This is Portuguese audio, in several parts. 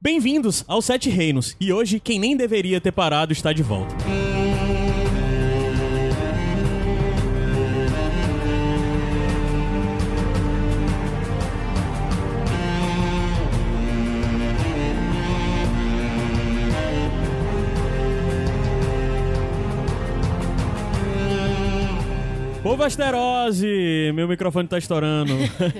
Bem-vindos aos Sete Reinos, e hoje quem nem deveria ter parado está de volta. Povo Asterose, meu microfone tá estourando.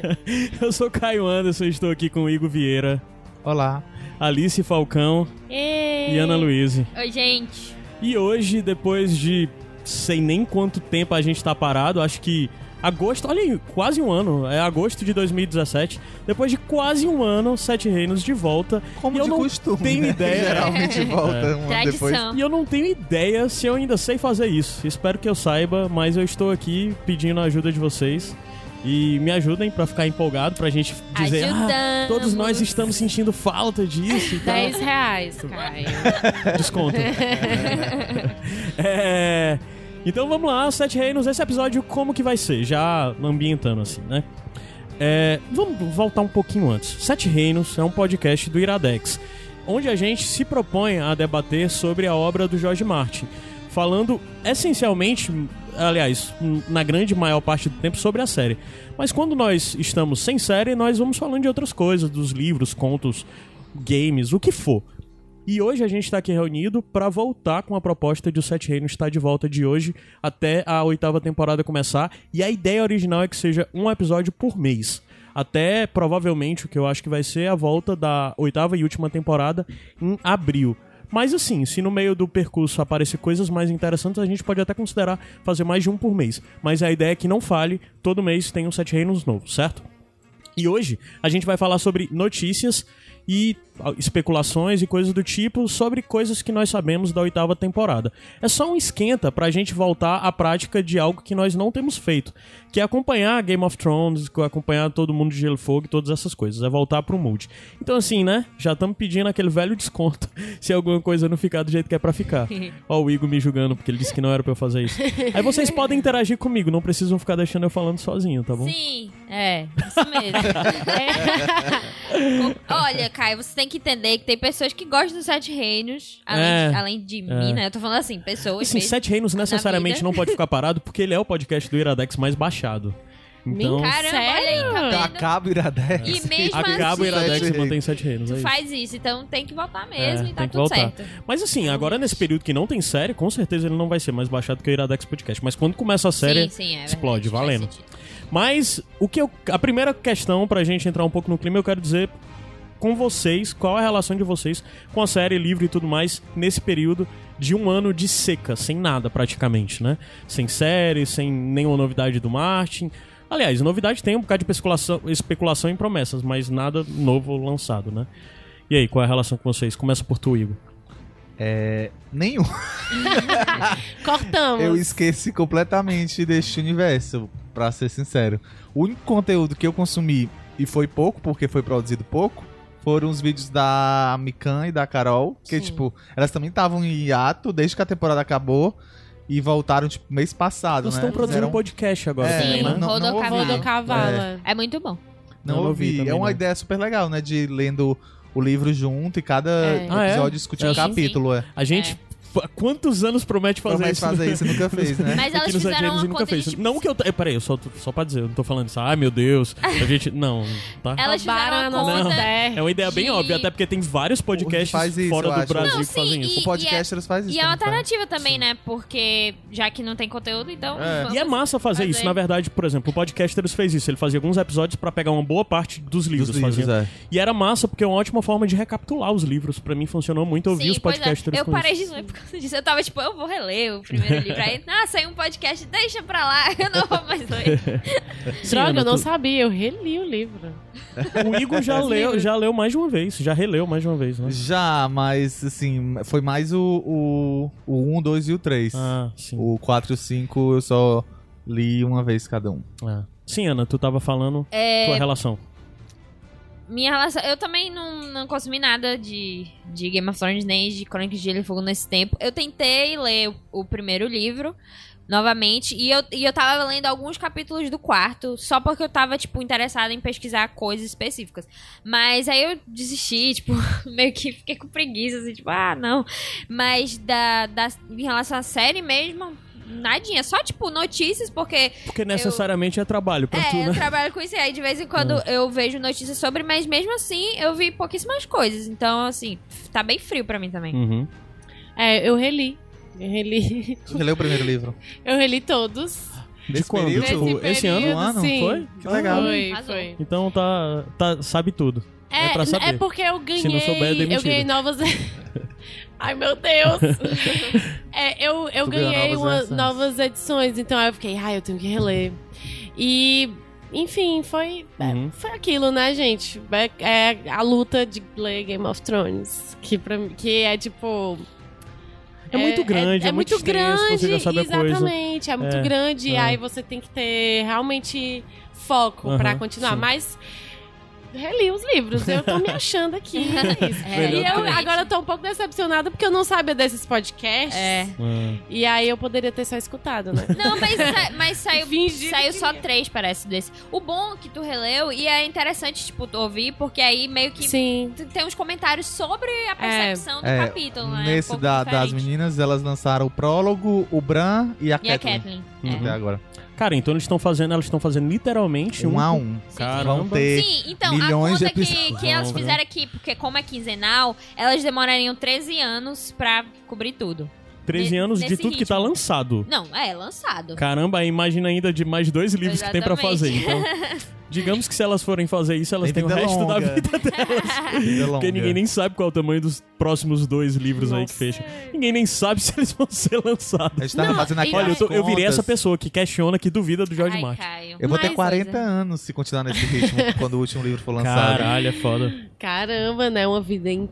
Eu sou Caio Anderson, estou aqui com o Igor Vieira, Olá. Alice Falcão Ei. e Ana Luíse. Oi, gente. E hoje, depois de sei nem quanto tempo a gente tá parado, acho que agosto, olha aí, quase um ano, é agosto de 2017. Depois de quase um ano, Sete Reinos de volta. Como e eu de não costume. tenho né? ideia. Geralmente volta um ano depois. É. Tradição. E eu não tenho ideia se eu ainda sei fazer isso. Espero que eu saiba, mas eu estou aqui pedindo a ajuda de vocês. E me ajudem pra ficar empolgado, pra gente dizer, ah, Ajudamos. todos nós estamos sentindo falta disso e tal. 10 reais, Tá Caio. Desconto. É, Então vamos lá, Sete Reinos. Esse episódio, como que vai ser? Já ambientando assim, né? É, vamos voltar um pouquinho antes. Sete Reinos é um podcast do Iradex, onde a gente se propõe a debater sobre a obra do Jorge Martin, falando essencialmente, aliás, na grande maior parte do tempo, sobre a série. Mas quando nós estamos sem série, nós vamos falando de outras coisas, dos livros, contos, games, o que for. E hoje a gente está aqui reunido para voltar com a proposta de O Sete Reinos estar de volta de hoje até a oitava temporada começar. E a ideia original é que seja um episódio por mês. Até provavelmente o que eu acho que vai ser a volta da oitava e última temporada em abril. Mas assim, se no meio do percurso aparecer coisas mais interessantes, a gente pode até considerar fazer mais de um por mês. Mas a ideia é que não fale, todo mês tem um Sete Reinos novo, certo? E hoje a gente vai falar sobre notícias e ah, especulações e coisas do tipo sobre coisas que nós sabemos da oitava temporada. É só um esquenta pra gente voltar à prática de algo que nós não temos feito, que é acompanhar Game of Thrones, co- acompanhar todo mundo de Gelo e Fogo e todas essas coisas, é voltar pro mood. Então assim, né, já estamos pedindo aquele velho desconto se alguma coisa não ficar do jeito que é pra ficar. Ó o Igor me julgando porque ele disse que não era pra eu fazer isso. Aí vocês podem interagir comigo, não precisam ficar deixando eu falando sozinho, tá bom? Sim, é, isso mesmo. É. O- Olha, Caio, você tem que entender que tem pessoas que gostam dos Sete Reinos, além, É. de- além de mim, né? Eu tô falando assim, pessoas Assim, mesmo. Sete Reinos necessariamente vida. não pode ficar parado, porque ele é o podcast do Iradex mais baixado. Então, Caramba, olha aí, Então tá vendo? acaba o Iradex. E mesmo acaba o assim, Iradex e Sete mantém Sete Reinos. É tu isso. faz isso, então tem que voltar mesmo É, tem e tá que tudo voltar. certo. Mas assim, agora nesse período que não tem série, com certeza ele não vai ser mais baixado que o Iradex Podcast. Mas quando começa a série, sim, sim, é explode, verdade, valendo. faz sentido. Mas o que eu, a primeira questão pra gente entrar um pouco no clima, eu quero dizer com vocês, qual é a relação de vocês com a série, livro e tudo mais nesse período de um ano de seca, sem nada praticamente, né? Sem série, sem nenhuma novidade do Martin. Aliás, novidade tem um bocado de especulação, especulação em promessas, mas nada novo lançado, né? E aí, qual é a relação com vocês? Começa por tu, Igor. Nenhum. Cortamos. Eu esqueci completamente deste universo, pra ser sincero. O único conteúdo que eu consumi, e foi pouco, porque foi produzido pouco, foram os vídeos da Mikan e da Carol, que, Sim. tipo, elas também estavam em hiato desde que a temporada acabou e voltaram, tipo, mês passado, Eles né? estão produzindo um Fizeram- podcast agora, É, também, Sim, né? não- não Rodocavalo. ouvi. Rodocavala. É muito bom. Não, Eu não vi ouvi. também, é uma não. ideia super legal, né? De ir lendo o livro junto e cada É. Ah, é? episódio discutir É, um sim, capítulo. É. A gente, há quantos anos promete fazer Promete isso? fazer isso e nunca fez, né? Mas Aqui elas nos fizeram Angeles uma e nunca coisa fez. de, tipo, Não que eu. é, Peraí, eu só, tô- só pra dizer, eu não tô falando isso. Ai, meu Deus. A gente. Não, tá? Elas Roubaram a fizeram uma nossa conta. terra. É uma ideia bem de- óbvia, até porque tem vários podcasts faz isso, fora eu do acho. Brasil Não, que fazem sim, isso. O podcasters faz isso. E é uma né? alternativa também, né? Porque já que não tem conteúdo, então. É. vamos- E é massa fazer Mas isso. aí- Na verdade, por exemplo, o Podcasters fez isso. Ele fazia alguns episódios pra pegar uma boa parte dos livros. Dos livros, fazia. é. E era massa, porque é uma ótima forma de recapitular os livros. Pra mim funcionou muito. Eu vi Sim, os pois é. podcasters Eu com parei isso. de ler por causa disso. Eu tava tipo, eu vou reler o primeiro livro. Aí, ah, saiu um podcast, deixa pra lá, eu não vou mais ler. É. Sim, Droga, Ana, eu não tu- sabia. Eu reli o livro. O Igor já leu, já leu mais de uma vez. Já releu mais de uma vez, né? Já, mas assim, foi mais o, o, o 1, 2 e o 3. Ah, sim. O 4 e o 5 eu só li uma vez cada um. Ah. Sim, Ana, tu tava falando É, tua relação. Minha relação. Eu também não, não consumi nada de, de Game of Thrones nem de Crônicas de Gelo e Fogo nesse tempo. Eu tentei ler o, o primeiro livro. novamente. E eu, e eu tava lendo alguns capítulos do quarto, só porque eu tava, tipo, interessada em pesquisar coisas específicas. Mas aí eu desisti, tipo, meio que fiquei com preguiça, assim, tipo, ah, não. Mas da, da, em relação à série mesmo, nadinha. Só, tipo, notícias, porque Porque necessariamente é trabalho pra tu, é, eu né? trabalho com isso e aí de vez em quando eu vejo notícias sobre, mas mesmo assim eu vi pouquíssimas coisas. Então, assim, tá bem frio pra mim Hum. também. Uhum. É, eu reli. Eu reli. Você leu o primeiro livro? Eu reli todos. De Nesse quando? período? Tipo, Nesse esse ano? período, um ano, sim. foi? Que legal. Foi, Arrasou. foi. Então tá, tá. Sabe tudo. É pra saber. é porque eu ganhei. Se não souber, é eu demitido. ganhei novas. Ai, meu Deus! É, eu eu Tu ganhou ganhei novas uma- novas, edições. edições, então aí eu fiquei, ai, eu tenho que reler. E, enfim, foi. é, Uhum. Foi aquilo, né, gente? É, é a luta de ler Game of Thrones. Que, pra, mim- que é tipo. É muito grande, é, muito extenso, você já sabe a coisa. Exatamente, é muito É, grande. E é. aí você tem que ter realmente foco Aham, pra continuar. sim. Mas reli os livros, eu tô me achando aqui. é isso. É, Melhor e eu que eu. agora eu tô um pouco decepcionada porque eu não sabia desses podcasts. É. Ah, E aí eu poderia ter só escutado, né? Não, mas, sa- mas saiu, Fingindo saiu que é. só lia. três, parece, desse. O bom é que tu releu e é interessante, tipo, tu ouvir, porque aí meio que Sim. tu tem uns comentários sobre a percepção do É, capítulo, né? um Nesse pouco da- das diferente. meninas, elas lançaram o prólogo, o Bran e a E a Kathleen. Kathleen. né? Kathleen. Até agora. uhum. Cara, então eles estão fazendo, elas estão fazendo literalmente Um um. a um. Caramba. Vão ter. Sim, então, milhões de a conta que, episódios. que elas Não, né? fizeram aqui, porque como é quinzenal, elas demorariam 13 anos pra cobrir tudo. 13 anos de nesse tudo que tá ritmo. lançado. Não, é lançado. Caramba, aí imagina ainda de mais dois livros que tem pra fazer. Exatamente. Então, digamos que se elas forem fazer isso, elas Tem têm o vida resto da longa. vida delas. Vida longa. Porque ninguém nem sabe qual é o tamanho dos próximos dois livros aí que Nossa. fecha. Ninguém nem sabe se eles vão ser lançados. A gente tá tava Não, fazendo e- aqui. Olha, eu, tô- eu virei essa pessoa. pessoa que questiona, que duvida do George Ai, Martin. Caio. Eu vou ter Mas, 40 Isa. anos se continuar nesse ritmo quando o último livro for lançado. Caralho, é foda. Caramba, né? Uma vida, in-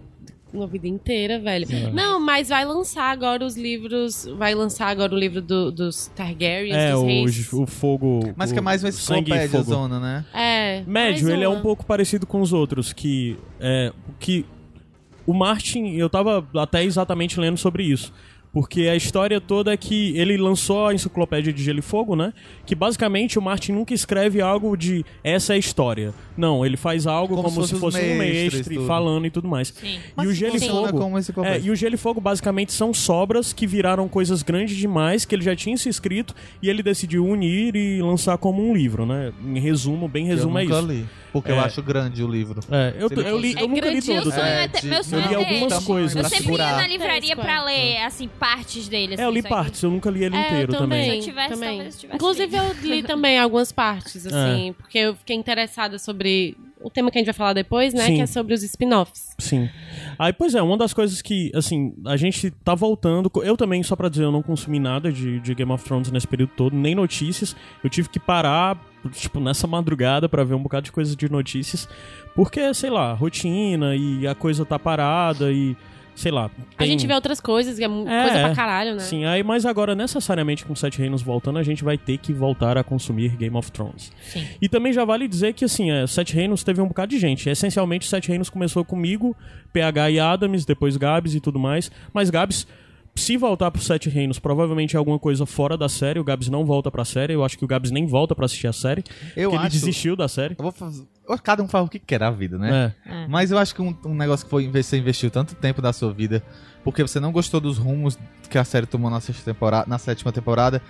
uma vida inteira, velho. Sim. Não, mas vai lançar agora os livros. Vai lançar agora o livro do- dos Targaryens, É, dos o, reis. o fogo. Mas o que é mais uma sangue e enciclopédia fogo. zona, né? É. Médio, mais ele é uma. um pouco parecido com os outros, que é que o Martin, eu tava até exatamente lendo sobre isso. Porque a história toda é que ele lançou a enciclopédia de Gelo e Fogo, né? Que basicamente o Martin nunca escreve algo de essa é a história. Não, ele faz algo como, Como se se fosse fossem um os mestres, mestre tudo. falando e tudo mais. Sim. E Mas o Gelo e funciona Fogo. como enciclopédia. É, e o Gelo e Fogo basicamente são sobras que viraram coisas grandes demais que ele já tinha se escrito e ele decidiu unir e lançar como um livro, né? Em resumo, bem Que resumo eu é nunca isso. li, porque É. eu acho grande o livro. É, eu, Se ele eu, li, né? fosse- eu nunca li É grandioso, todo. sonho É, é ter- de- meu sonho Eu li é ter algumas ele. coisas, Eu pra sempre ia na segurar. livraria Três, pra quatro. ler, assim, partes dele. É, assim, eu li isso aqui. partes, eu nunca li ele inteiro É, eu também. Se eu tivesse, talvez eu tivesse Inclusive, eu li também algumas partes, Ah. assim, porque eu fiquei interessada sobre o tema que a gente vai falar depois, né? Sim. Que é sobre os spin-offs. Sim. Aí, pois é, uma das coisas que, assim, a gente tá voltando. co- Eu também, só pra dizer, eu não consumi nada de, de Game of Thrones nesse período todo, nem notícias. Eu tive que parar, tipo, nessa madrugada pra ver um bocado de coisa de notícias. Porque, sei lá, rotina e a coisa tá parada e. Sei lá. A tem- gente vê outras coisas, que é, mu- É, coisa é. pra caralho, né? Sim, aí, mas agora, necessariamente, com Sete Reinos voltando, a gente vai ter que voltar a consumir Game of Thrones. Sim. E também já vale dizer que, assim, é, Sete Reinos teve um bocado de gente. Essencialmente, Sete Reinos começou comigo, PH e Adams, depois Gabs e tudo mais. Mas Gabs, se voltar pro Sete Reinos, provavelmente é alguma coisa fora da série. O Gabs não volta pra série. Eu acho que o Gabs nem volta pra assistir a série. Eu porque acho. ele desistiu da série. Eu vou fazer- Cada um faz o que quer da vida, né? É. Mas eu acho que um, um negócio que foi inve- você investiu tanto tempo da sua vida, porque você não gostou dos rumos que a série tomou na, sexta temporada, na sétima temporada.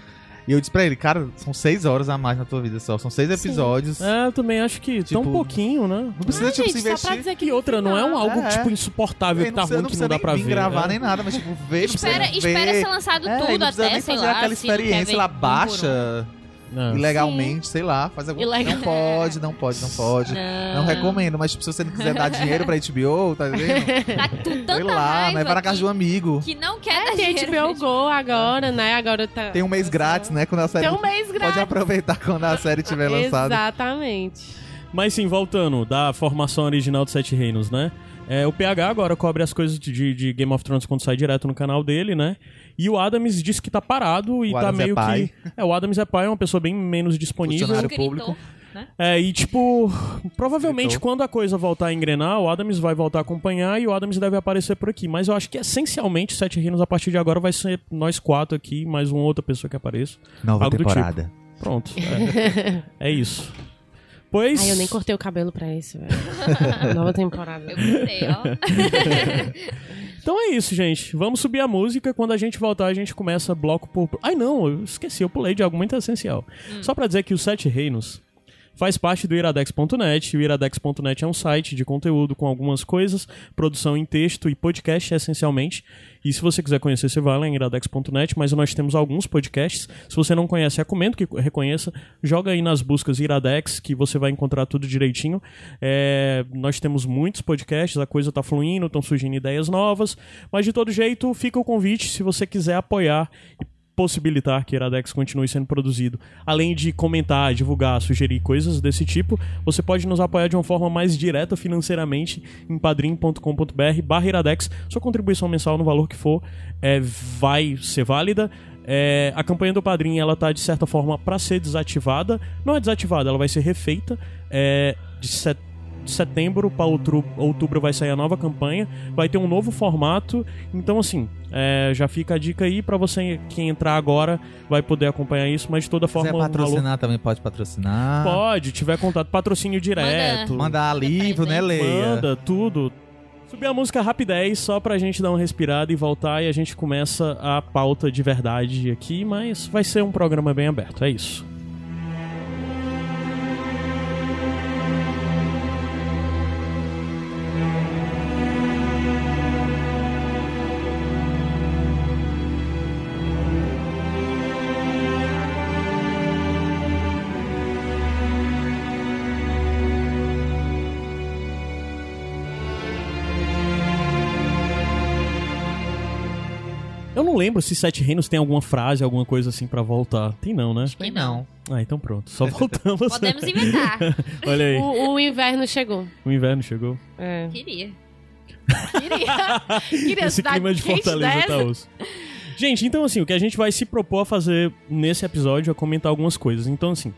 E eu disse pra ele, cara, são seis horas a mais na tua vida só. São seis episódios. Ah. É, eu também acho que tão Tipo, pouquinho, né? Não precisa, Ai, tipo, gente, se só pra investir. dizer que E no outra, não é um final- algo, É. tipo, insuportável que tá precisa- ruim, que precisa não dá nem pra vir ver. gravar é. nem nada, mas tipo, vê, não precisa Espera, nem espera ver. ser lançado É, tudo não precisa até, nem sei fazer lá. aquela se não quer experiência ver lá um por um. baixa, É. ilegalmente, sei lá, faz alguma Ilegal. Não pode, não pode, não pode. Não. Ah. recomendo, mas tipo, se você não quiser dar dinheiro pra HBO, tá vendo? Tá com tanta Sei lá, raiva né? Vai na casa que, de um amigo. que não quer dar É, tem dinheiro HBO pra Go agora, né? Agora tá. Tem um mês grátis, né? Quando a série. Tem um mês grátis. Pode aproveitar quando a série tiver lançada. Exatamente. Mas sim, voltando da formação original de Sete Reinos, né? É, o PH agora cobre as coisas de- de, de Game of Thrones quando sai direto no canal dele, né? E o Adams disse que tá parado e O tá Adams é meio pai. que. É, o Adams é pai, é uma pessoa bem menos disponível. Funcionário Escritor. público. né? É, e tipo, provavelmente Então. quando a coisa voltar a engrenar, o Adams vai voltar a acompanhar e o Adams deve aparecer por aqui. Mas eu acho que essencialmente Sete Reinos a partir de agora vai ser nós quatro aqui, mais uma outra pessoa que apareça. Nova Algo do temporada. Pronto. É, É isso. Pois. Ai, eu nem cortei o cabelo pra isso, velho. Nova temporada. Eu gostei, ó. Então é isso, gente. Vamos subir a música. Quando a gente voltar, a gente começa bloco por. Ai, não, eu esqueci, eu pulei de algo muito essencial. Só pra dizer que os Sete Reinos faz parte do iradex.net. O iradex.net é um site de conteúdo com algumas coisas, produção em texto e podcast, essencialmente. E se você quiser conhecer, você vai lá em iradex.net, mas nós temos alguns podcasts. Se você não conhece, recomendo que reconheça. Joga aí nas buscas Iradex, que você vai encontrar tudo direitinho. É, nós temos muitos podcasts, a coisa tá fluindo, estão surgindo ideias novas. Mas, de todo jeito, fica o convite, se você quiser apoiar e possibilitar que Iradex continue sendo produzido. Além de comentar, divulgar, sugerir coisas desse tipo, você pode nos apoiar de uma forma mais direta financeiramente em padrim.com.br barra Iradex. Sua contribuição mensal no valor que for é, vai ser válida. É, a campanha do Padrim, ela tá, de certa forma, para ser desativada. Não é desativada, ela vai ser refeita. É, de set de setembro para outubro, outubro vai sair a nova campanha, vai ter um novo formato. Então, assim, é, já fica a dica aí para você que entrar agora vai poder acompanhar isso, mas de toda Se forma. quiser o valor- patrocinar também, pode patrocinar. Pode, tiver contato, patrocínio direto. Mandar livro, né, Leia? Manda, tudo. Subir a música rapidez só pra gente dar uma respirada e voltar e a gente começa a pauta de verdade aqui, mas vai ser um programa bem aberto, é isso. Eu não lembro se Sete Reinos tem alguma frase, alguma coisa assim pra voltar. Tem não, né? Tem não. Ah, então pronto. Só voltamos. Podemos inventar. Olha aí. O, o inverno chegou. O inverno chegou. É. Queria. Queria, queria Esse cidade clima de quente Fortaleza dessa. tá osso. Gente, então assim, o que a gente vai se propor a fazer nesse episódio é comentar algumas coisas. Então assim,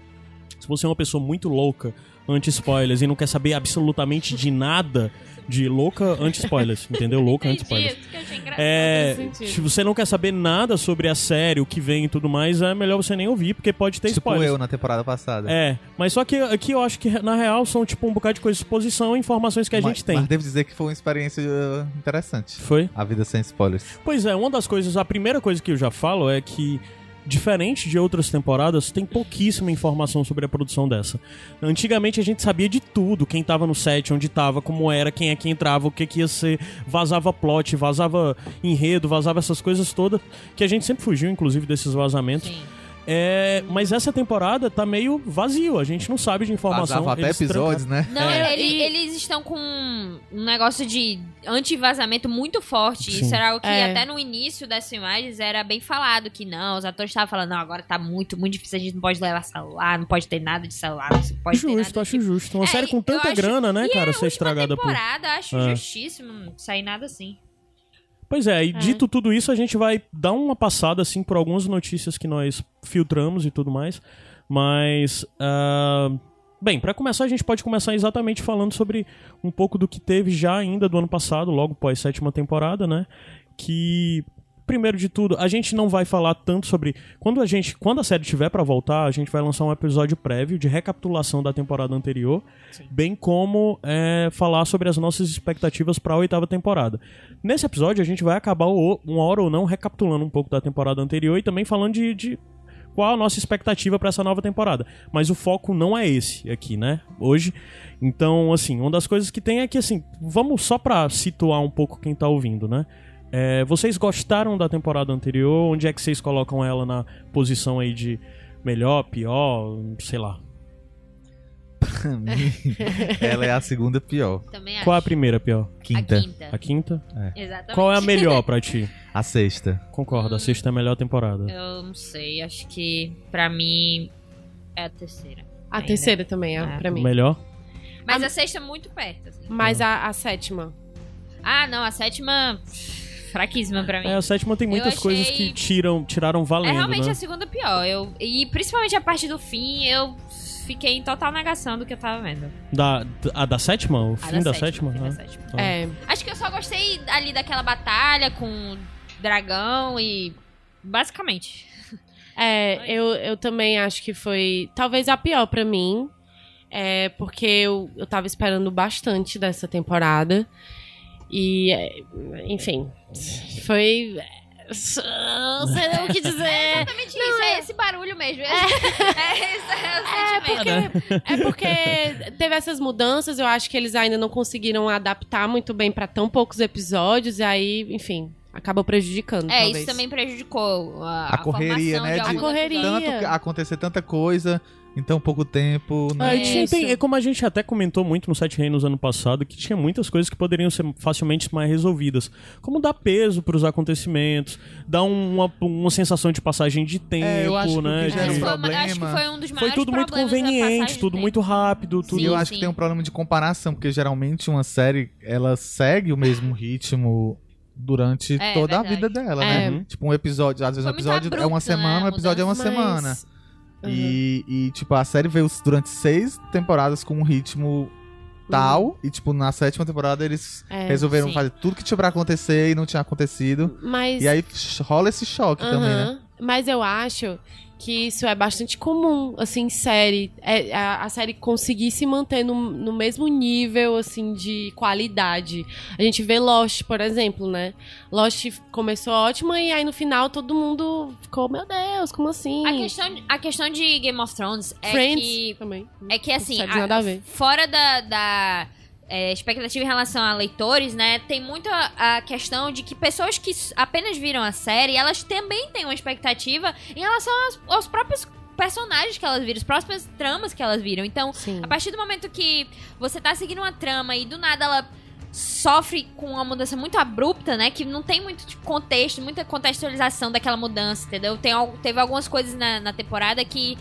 se você é uma pessoa muito louca anti-spoilers e não quer saber absolutamente de nada de louca anti-spoilers, entendeu? Louca Entendi, anti-spoilers. isso que eu achei engraçado. É, Faz sentido. se você não quer saber nada sobre a série, o que vem e tudo mais, é melhor você nem ouvir, porque pode ter Tipo spoilers. eu na temporada passada. É, mas só que aqui eu acho que na real são tipo um bocado de coisa, exposição e informações que a Mas- gente tem. Mas devo dizer que foi uma experiência uh, interessante. Foi? A vida sem spoilers. Pois é, uma das coisas, a primeira coisa que eu já falo é que, diferente de outras temporadas, tem pouquíssima informação sobre a produção dessa. Antigamente a gente sabia de tudo, quem tava no set, onde tava, como era, quem é que entrava, o que que ia ser, vazava plot, vazava enredo, vazava essas coisas todas, que a gente sempre fugiu, inclusive, desses vazamentos. Sim. É, mas essa temporada tá meio vazio, a gente não sabe de informação. Passava até eles episódios, né? Não, É. ele- E- eles estão com um negócio de anti-vazamento muito forte. Sim. Isso era algo que É. até no início das filmagens era bem falado que não, os atores estavam falando, não, agora tá muito, muito difícil, a gente não pode levar celular, não pode ter nada de celular, não se pode ter Justo, nada. acho justo. Uma É, série com eu tanta acho- grana, né, e cara, a ser última estragada por. temporada, acho É. justíssimo não sair nada assim. Pois é, e dito tudo isso, a gente vai dar uma passada, assim, por algumas notícias que nós filtramos e tudo mais. Mas. ah, Bem, pra começar, a gente pode começar exatamente falando sobre um pouco do que teve já ainda do ano passado, logo pós sétima temporada, né? Que. Primeiro de tudo, a gente não vai falar tanto sobre quando a gente, quando a série tiver pra voltar, a gente vai lançar um episódio prévio de recapitulação da temporada anterior, bem como é, falar sobre as nossas expectativas pra oitava temporada. Nesse episódio, a gente vai acabar o- uma hora ou não recapitulando um pouco da temporada anterior e também falando de, de qual a nossa expectativa pra essa nova temporada. Mas o foco não é esse aqui, né? Hoje. Então, assim, uma das coisas que tem é que, assim, vamos só pra situar um pouco quem tá ouvindo, né? É, vocês gostaram da temporada anterior? Onde é que vocês colocam ela na posição aí de melhor, pior, sei lá? Pra mim, Ela é a segunda pior. Também acho. Qual é a primeira pior? Quinta. A quinta. A quinta? Exatamente. Qual é a melhor pra ti? A sexta. Concordo, a sexta é a melhor temporada. Eu não sei, acho que pra mim é a terceira. A Ainda. terceira também é Ah. pra mim. Melhor? Mas a sexta é muito perto, assim. Mas a, a sétima. Ah, não, a sétima. Fraquíssima pra mim. É, a sétima tem muitas Eu achei- coisas que tiram, tiraram É valendo, realmente né? a segunda pior. Eu, e principalmente a parte do fim, eu fiquei em total negação do que eu tava vendo. Da, a da sétima? O A fim da, sétima? fim né? da sétima. Tá. É. Acho que eu só gostei ali daquela batalha com o dragão e. Basicamente. É, eu, eu também acho que foi talvez a pior pra mim. É, porque eu, eu tava esperando bastante dessa temporada. E, é, enfim, foi. Não sei o que dizer. Exatamente isso, é esse barulho mesmo. É, isso, é o É sentimento. porque, é porque teve essas mudanças, eu acho que eles ainda não conseguiram adaptar muito bem pra tão poucos episódios, e aí, enfim, acabou prejudicando. É, talvez. isso também prejudicou a, A correria, formação né, de de- alguns A correria. episódios. Tanto que- acontecer tanta coisa em tão pouco tempo, né? Ah, e tinha- Isso. tem- é como a gente até comentou muito no Sete Reinos ano passado, que tinha muitas coisas que poderiam ser facilmente mais resolvidas. Como dar peso pros acontecimentos, dar um, uma, uma sensação de passagem de tempo, eu acho que o né? que Mas gera um de- foi uma- acho que problema. foi um dos Foi maiores tudo muito problemas da passagem conveniente, do tudo tempo. muito rápido, tudo. E eu acho sim. que tem um problema de comparação, porque geralmente uma série, ela segue o mesmo ritmo durante É, toda a verdade. vida dela, É. né? Tipo, um episódio, às vezes Foi um muito episódio é uma abrupto, semana, né, um episódio é uma Mas- semana. Uhum. E, e, tipo, a série veio durante seis temporadas com um ritmo tal, e, tipo, na sétima temporada eles É, resolveram Uhum. sim. fazer tudo que tinha pra acontecer e não tinha acontecido. Mas. E aí sh- rola esse choque também, né? Aham. Mas eu acho que isso é bastante comum, assim, em série. É, a, a série conseguir se manter no, no mesmo nível, assim, de qualidade. A gente vê Lost, por exemplo, né? Lost começou ótima e aí no final todo mundo ficou, meu Deus, como assim? A questão, a questão de Game of Thrones é Friends que. também. É que assim, Séries nada a ver. fora da, da, é, expectativa em relação a leitores, né? Tem muito a, a questão de que pessoas que s- apenas viram a série, elas também têm uma expectativa em relação aos, aos próprios personagens que elas viram, os próprios tramas que elas viram. Então, Sim. a partir do momento que você tá seguindo uma trama e do nada ela sofre com uma mudança muito abrupta, né? Que não tem muito tipo, contexto, muita contextualização daquela mudança, entendeu? Tem, al- teve algumas coisas na, na temporada que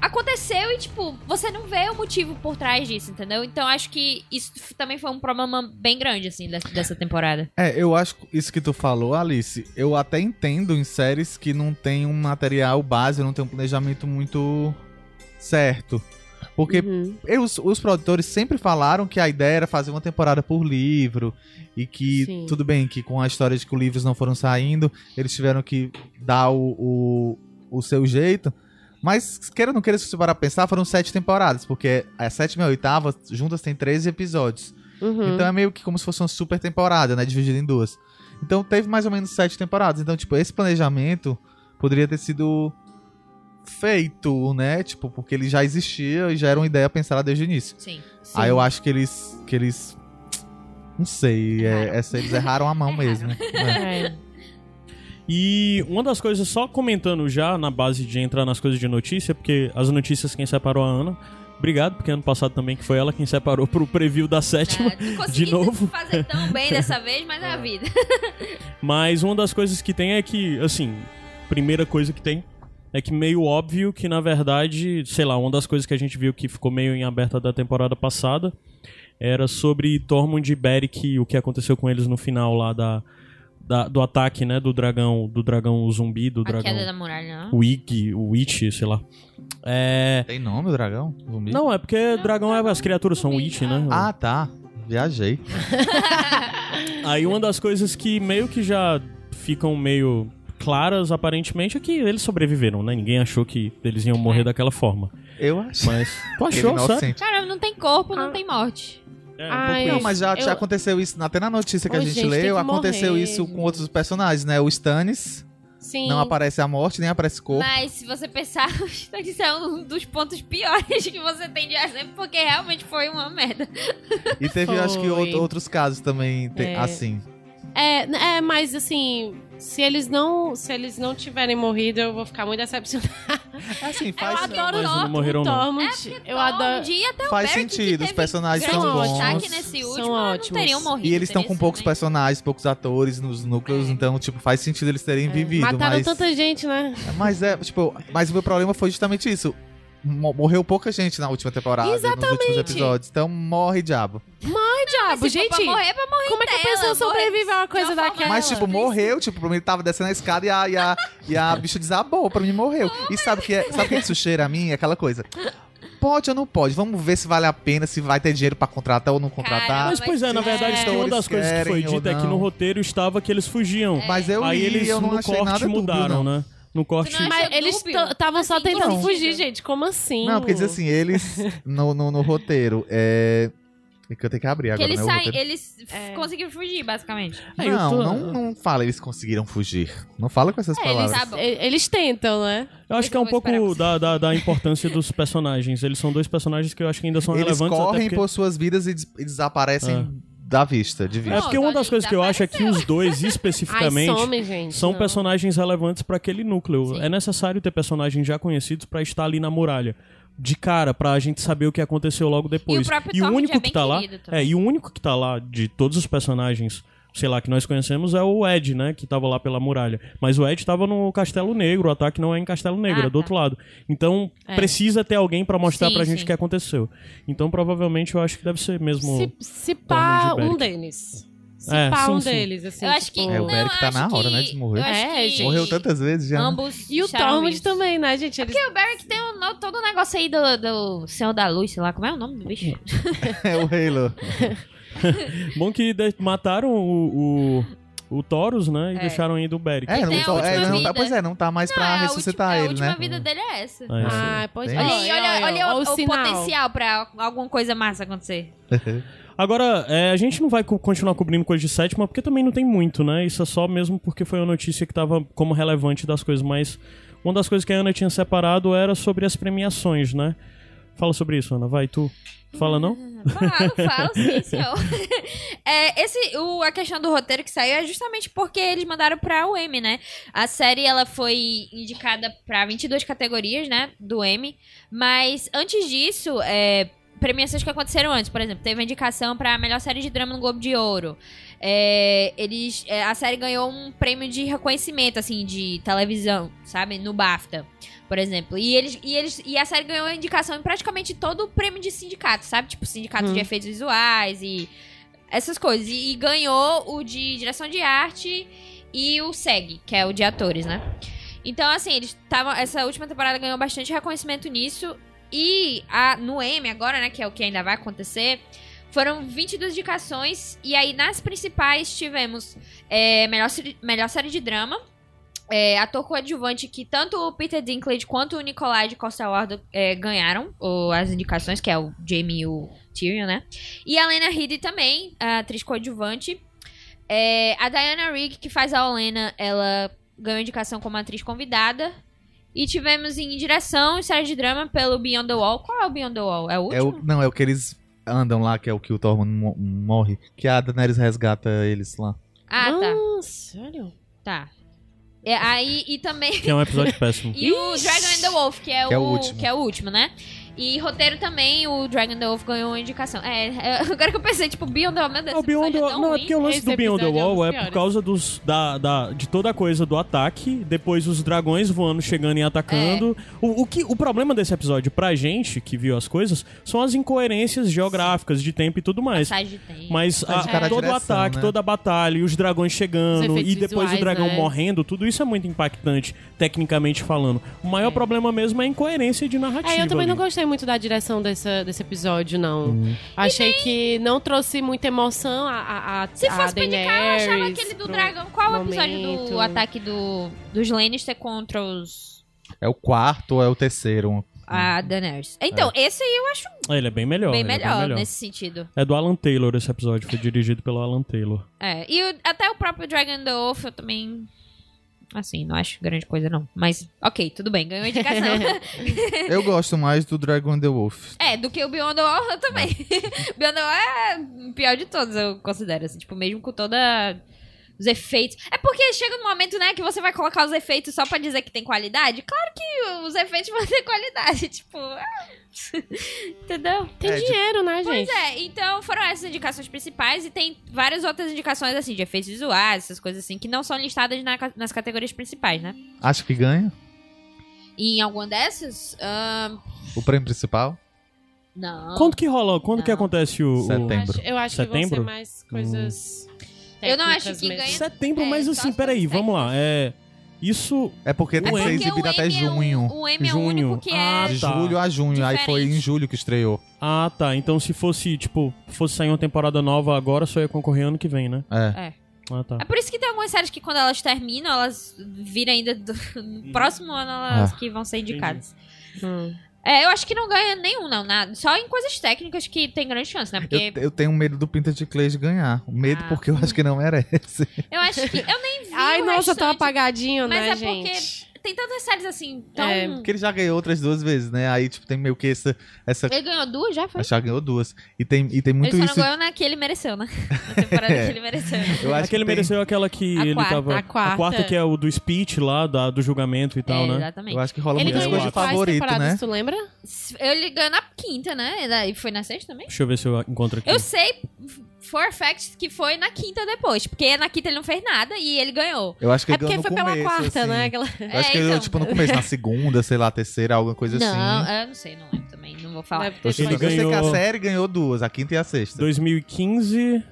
aconteceu e, tipo, você não vê o motivo por trás disso, entendeu? Então acho que isso f- também foi um problema bem grande, assim, dessa, dessa temporada. É, eu acho que isso que tu falou, Alice, eu até entendo em séries que não tem um material base, não tem um planejamento muito certo. Porque Uhum. eu- os, os produtores sempre falaram que a ideia era fazer uma temporada por livro e que, Sim. tudo bem, que com a história de que os livros não foram saindo, eles tiveram que dar o, o, o seu jeito. Mas, queira ou não queira, se você parar pra pensar, foram sete temporadas, porque é a sétima e a oitava juntas tem 13 episódios. Uhum. Então é meio que como se fosse uma super temporada, né? Dividida em duas. Então teve mais ou menos sete temporadas. Então, tipo, esse planejamento poderia ter sido feito, né? Tipo, porque ele já existia e já era uma ideia pensada desde o início. Sim. Sim. Aí eu acho que eles. que eles. Não sei, é- Erraram. essa, eles erraram a mão Erraram. mesmo. né? É. E uma das coisas, só comentando já na base de entrar nas coisas de notícia, porque as notícias quem separou a Ana. Obrigado, porque ano passado também que foi ela quem separou pro preview da sétima. Ah, não consegui de novo? fazer tão bem dessa vez, mas é a vida. É. Mas uma das coisas que tem é que, assim, primeira coisa que tem é que meio óbvio que, na verdade, sei lá, uma das coisas que a gente viu que ficou meio em aberta da temporada passada era sobre Tormund e Beric e o que aconteceu com eles no final lá da, da- do ataque, né, do dragão, do dragão zumbi, do A dragão queda da muralha, não? Wig, o Witch, sei lá. É... Tem nome o dragão? Zumbi? Não, é porque Não, dragão é, dragão as criaturas são zumbi, Witch, ah. né? Ah, tá. Viajei. Aí uma das coisas que meio que já ficam meio claras, aparentemente, é que eles sobreviveram, né? Ninguém achou que eles iam morrer daquela forma. Eu acho. Mas. Tu Ele achou, sabe? inocente. Caramba, não tem corpo, não tem morte. É, Ai, Não, mas já, já Eu- aconteceu isso, até na notícia que Ô, a gente, gente, tem leu, que aconteceu morrer, isso com gente. outros personagens, né? O Stannis, Sim. Não aparece a morte, nem aparece corpo. Mas se você pensar, isso é um dos pontos piores que você tem de exemplo, porque realmente foi uma merda. E teve, eu acho que, Foi. out- outros casos também, te- É. assim. É, n- é, mas assim, se eles não, se eles não tiverem morrido, eu vou ficar muito decepcionada. Assim, faz- eu não, adoro mas não Tormund, morreram, não. Tormund. eu Um adoro. dia até o faz Beric, que sentido, os teve personagens grande Ah, são destaque bons. nesse São último, elas ótimos. não teriam morrido. E eles estão com teria poucos sido, né? personagens, poucos atores nos núcleos, É. então, tipo, faz sentido eles terem vivido. Mataram mas, tanta gente, né? mas é, tipo, mas o meu problema foi justamente isso. Mo- Morreu pouca gente na última temporada, nos últimos episódios. Então morre, diabo. Mas Diabo, assim, se for Ah, gente, pra morrer, pra morrer como é que a dela, pessoa sobrevive a uma coisa de uma daquela? forma- Mas, tipo, morreu, tipo, pra mim ele tava descendo a escada e a, e a, e a bicha desabou, pra mim morreu. E sabe o que é, sabe o que isso cheira a mim? É aquela coisa. pode ou não pode? Vamos ver se vale a pena, se vai ter dinheiro pra contratar ou não contratar. Caramba. Mas, pois é, na verdade, É. que uma das coisas que foi Querem ou dita é que não. no roteiro estava que eles fugiam. é. Mas eu Aí li, eles eu não no achei corte nada dúbio, mudaram, não. né? No corte. Tu não Mas Achei eles dúbio. estavam só Assim, tentando não. fugir, gente. Como assim? Não, porque diz assim, eles no, no, no roteiro. É. é que eu tenho que abrir Que agora, eles né? o saem, roteiro. eles f- É. conseguiram fugir, basicamente. Aí É, eu Não, tô- não, não fala, eles conseguiram fugir. Não fala com essas É, eles palavras. sabem. E- Eles tentam, né? Eu acho que é um Eu vou pouco esperar você. da, da, da importância dos personagens. Eles são dois personagens que eu acho que ainda são Eles relevantes. correm até porque... por suas vidas e, des- e desaparecem É. da vista, de É vista. porque uma Pronto, das a coisas gente que eu acho é que os dois, Ai, especificamente, some, gente. são não. personagens relevantes para aquele núcleo. Sim. É necessário ter personagens já conhecidos para estar ali na muralha. De cara, pra gente saber o que aconteceu logo depois. E o próprio Tormund único é que bem tá lá. querido também. É, e o único que tá lá de todos os personagens, sei lá, que nós conhecemos é o Ed, né? Que tava lá pela muralha. Mas o Ed tava no Castelo Negro, o ataque não é em Castelo Negro, Ah, é do tá. É. outro lado. Então, precisa ter alguém pra mostrar Sim, pra gente sim. o que aconteceu. Então, provavelmente, eu acho que deve ser mesmo. Se, se pá, Tormund e um Beric. deles. Se É, pá, sim, um sim. deles, assim. eu acho que. tipo- É, o não, Beric eu tá acho na hora, que- né, de morrer. eu acho É, que gente. Morreu tantas vezes já. né? Ambos. E o ficharam Tormund vivos. também, né, gente? É, Eles... Porque o Beric tem um, no- todo o negócio aí do, do Senhor da Luz, sei lá, como é o nome do bicho? É o Halo. Bom que de- mataram o, o, o Taurus, né? E É. deixaram ainda o Beric. É, tem não, a só- é, última não tá, vida. pois é, não tá mais Não, pra é a ressuscitar última- ele, A né? última vida dele é essa. Aí, assim, Ah, pois Tem é. Olha, aí, olha, olha, Ó o, o sinal. potencial pra alguma coisa massa acontecer. É, Agora, é, a gente não vai co- continuar cobrindo coisa de sétima, porque também não tem muito, né? Isso é só mesmo porque foi uma notícia que tava como relevante das coisas, mas uma das coisas que a Ana tinha separado era sobre as premiações, né? Fala sobre isso, Ana, vai, tu. Fala não? Falo, falo, sim, senhor. É, esse, o, a questão do roteiro que saiu é justamente porque eles mandaram pra o M, né? A série, ela foi indicada pra 22 categorias, né? Do M. Mas, antes disso, é, premiações que aconteceram antes. Por exemplo, teve a indicação pra melhor série de drama no Globo de Ouro. É, eles, é, a série ganhou um prêmio de reconhecimento, assim, de televisão, sabe? No BAFTA, por exemplo. E, eles, e, eles, e a série ganhou a indicação em praticamente todo o prêmio de sindicato, sabe? Tipo, sindicato Hum. de efeitos visuais e essas coisas. E, e ganhou o de direção de arte e o SEG, que é o de atores, né? Então, assim, eles tavam, essa última temporada ganhou bastante reconhecimento nisso. E a, no M agora, né, que é o que ainda vai acontecer, foram 22 indicações. E aí, nas principais, tivemos é, melhor, série- melhor série de drama. É, ator coadjuvante que tanto o Peter Dinklage quanto o Nicolai de Costa Ward é, ganharam o- as indicações, que é o Jamie e o Tyrion, né? E a Lena Headey também, a atriz coadjuvante. É, a Diana Rigg, que faz a Olena, ela ganhou indicação como atriz convidada. E tivemos em direção e série de drama pelo Beyond the Wall. Qual é o Beyond the Wall? É o É último? o, não, é o que eles andam lá, que é o que o Tormund mo- morre. Que a Daenerys resgata eles lá. Ah, tá. Ah, sério? Tá. É, aí, e também. Que é um episódio péssimo. E o Ixi. Dragon and the Wolf, que é, Que é o, o último. que é o último, né? E roteiro também, o Dragon and the Wolf ganhou uma indicação. É, é, agora que eu pensei, tipo, Beyond the Wall, meu Deus, Ah, o esse episódio Beyond the é Wall. Não, é tão ruim. porque o lance Esse do Beyond the episódio é um Wall dos é, por piores. causa dos, da, da- de toda a coisa do ataque, depois os dragões voando, chegando e atacando. É. O, o que, o problema desse episódio pra gente, que viu as coisas, são as incoerências geográficas de tempo e tudo mais. Passagem de tempo. Mas Tá de a- cara à todo o direção, ataque, né? toda a batalha, e os dragões Os chegando, efeitos e depois visuais, o dragão né? morrendo, tudo isso é muito impactante, tecnicamente falando. O maior problema mesmo é a incoerência de narrativa. É, eu também não ali. gostei muito da direção dessa, desse episódio, não. Uhum. Achei que não trouxe muita emoção a, a, a Se a fosse pra indicar, eu Ah, Daenerys, achava aquele do pro- dragão. Qual o episódio do momento. ataque do, dos Lannister contra os. É o quarto ou é o terceiro? A Daenerys. Então, esse aí eu acho Ah, ele é bem melhor. bem ele é melhor, nesse sentido. É do Alan Taylor esse episódio, foi dirigido pelo Alan Taylor. É. E o- até o próprio Dragon and the Wolf eu também. Assim, não acho grande coisa, não. Mas, ok, tudo bem, ganhou a indicação. Eu gosto mais do Dragon and the Wolf. É, do que o Beyond the Wall eu também. Beyond the Wall é o pior de todos, eu considero, assim, tipo, mesmo com toda os efeitos. É porque chega um momento, né, que você vai colocar os efeitos só pra dizer que tem qualidade. Claro que os efeitos vão ter qualidade, tipo, ah, entendeu? Tem É, de- dinheiro, né, Pois gente? é, então foram essas indicações principais e tem várias outras indicações assim de efeitos visuais, essas coisas assim que não são listadas na ca- nas categorias principais, né? Acho que ganha E em alguma dessas, ahn, o prêmio principal. não. Quando que rola? Quando que Não. acontece o. o- Eu Setembro. acho, eu acho que vão ser Setembro? mais coisas. é. Hum. Eu não acho técnicas que mesmo. ganha- Setembro, É, mas só assim, as peraí, coisas vamos lá. É, Isso. É porque tem O que ser M- porque exibido o até M é junho. O, o M é o Junho. único que Ah, é. De tá. julho a junho. Aí foi em Diferente. julho que estreou. Ah, tá. Então se fosse, tipo, fosse sair uma temporada nova agora, só ia concorrer ano que vem, né? É. Ah, tá. É por isso que tem algumas séries que quando elas terminam, elas viram ainda. do- No próximo ano elas que vão ser indicadas. Hum. É, eu acho que não ganha nenhum, não, nada. Só em coisas técnicas que tem grande chance, né? Eu, Porque eu tenho medo do Pinta de Clay de ganhar. Medo Ah. porque eu acho que não merece. eu acho que. Eu nem vi. Ai, o nossa, tão restante. apagadinho, é Mas né, é porque- gente? Tem tantas séries assim. Então. É. Porque ele já ganhou outras duas vezes, né? Aí, tipo, tem meio que essa. essa Ele ganhou duas, já foi? já ganhou duas. E tem, e tem muito ele só isso. não ganhou na que ele mereceu, né? Na temporada que ele mereceu. Eu acho Aquele que tem- mereceu aquela que A ele quarta, tava. a quarta. que é o do speech lá, da- do julgamento e tal, é, né? Exatamente. Eu acho que rola Ele muito muitas ganhou ganhou coisas de de quais favorito, temporadas, né? tu lembra? É Ele ganhou na quinta, né? E foi na sexta também? Deixa eu ver se eu encontro aqui. Eu sei, for a fact, que foi na quinta depois. Porque na quinta ele não fez nada e ele ganhou. Eu acho que É ele ganhou porque no foi começo, pela quarta, assim. né? Aquela... Eu acho É, que ele ganhou, então. tipo, no começo, na segunda, sei lá, terceira, alguma coisa não, assim. eu Ah, não sei, não lembro também. Não vou falar. Deve ter Eu sei, Ele sido- eu sei que a ganhou- série ganhou duas, a quinta e a sexta. 2015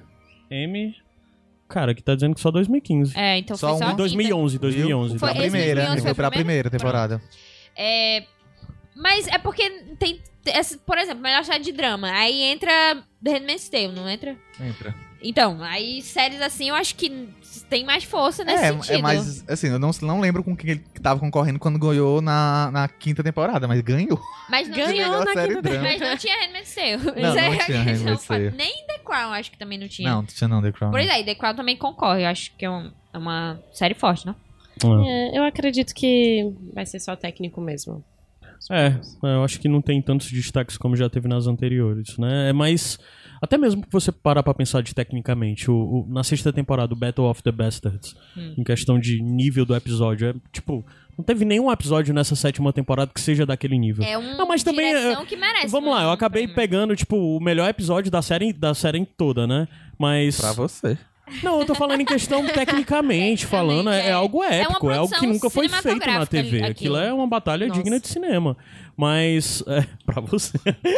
M. Cara, aqui tá dizendo que só 2015. É, então Só foi só um- a quinta. 2011, Viu? 2011. Foi Foi tá. a esse primeira, 2011 né? foi Foi a pra primeira temporada. É, mas é porque tem... essa- por exemplo, melhor série de drama. Aí entra The Handmaid's Tale, não entra? Entra. Então, aí séries assim eu acho que tem mais força nesse é, sentido. é mais. Assim, eu não, não lembro com quem ele tava concorrendo quando ganhou na, na quinta temporada, mas ganhou. Mas não Ganhou tinha... Melhor na série quinta drama. Mas não tinha Handmaid's Tale. Isso não é tinha que eu Handmaid's falo. Tale. Nem The Crown acho que também não tinha. Não, tinha não, The Crown. Por aí, The Crown também concorre. Eu acho que é, um- é uma série forte, não? Ah. É, eu acredito que vai ser só técnico mesmo. É, eu acho que não tem tantos destaques como já teve nas anteriores, né? É mais. Até mesmo que você parar pra pensar de tecnicamente, o, o- na sexta temporada, o Battle of the Bastards, em questão de nível do episódio, é tipo, não teve nenhum episódio nessa sétima temporada que seja daquele nível. É um Não, mas também, direção que merece. Vamos lá, eu acabei pegando, tipo, o melhor episódio da série, da série em toda, né? Mas. Pra você. Não, eu tô falando em questão tecnicamente, falando, é, é algo É uma épico, é, algo que produção nunca foi feito na cinematográfica TV. ali, Aquilo aquilo. é uma batalha Nossa. digna de cinema. Mas, é, pra você.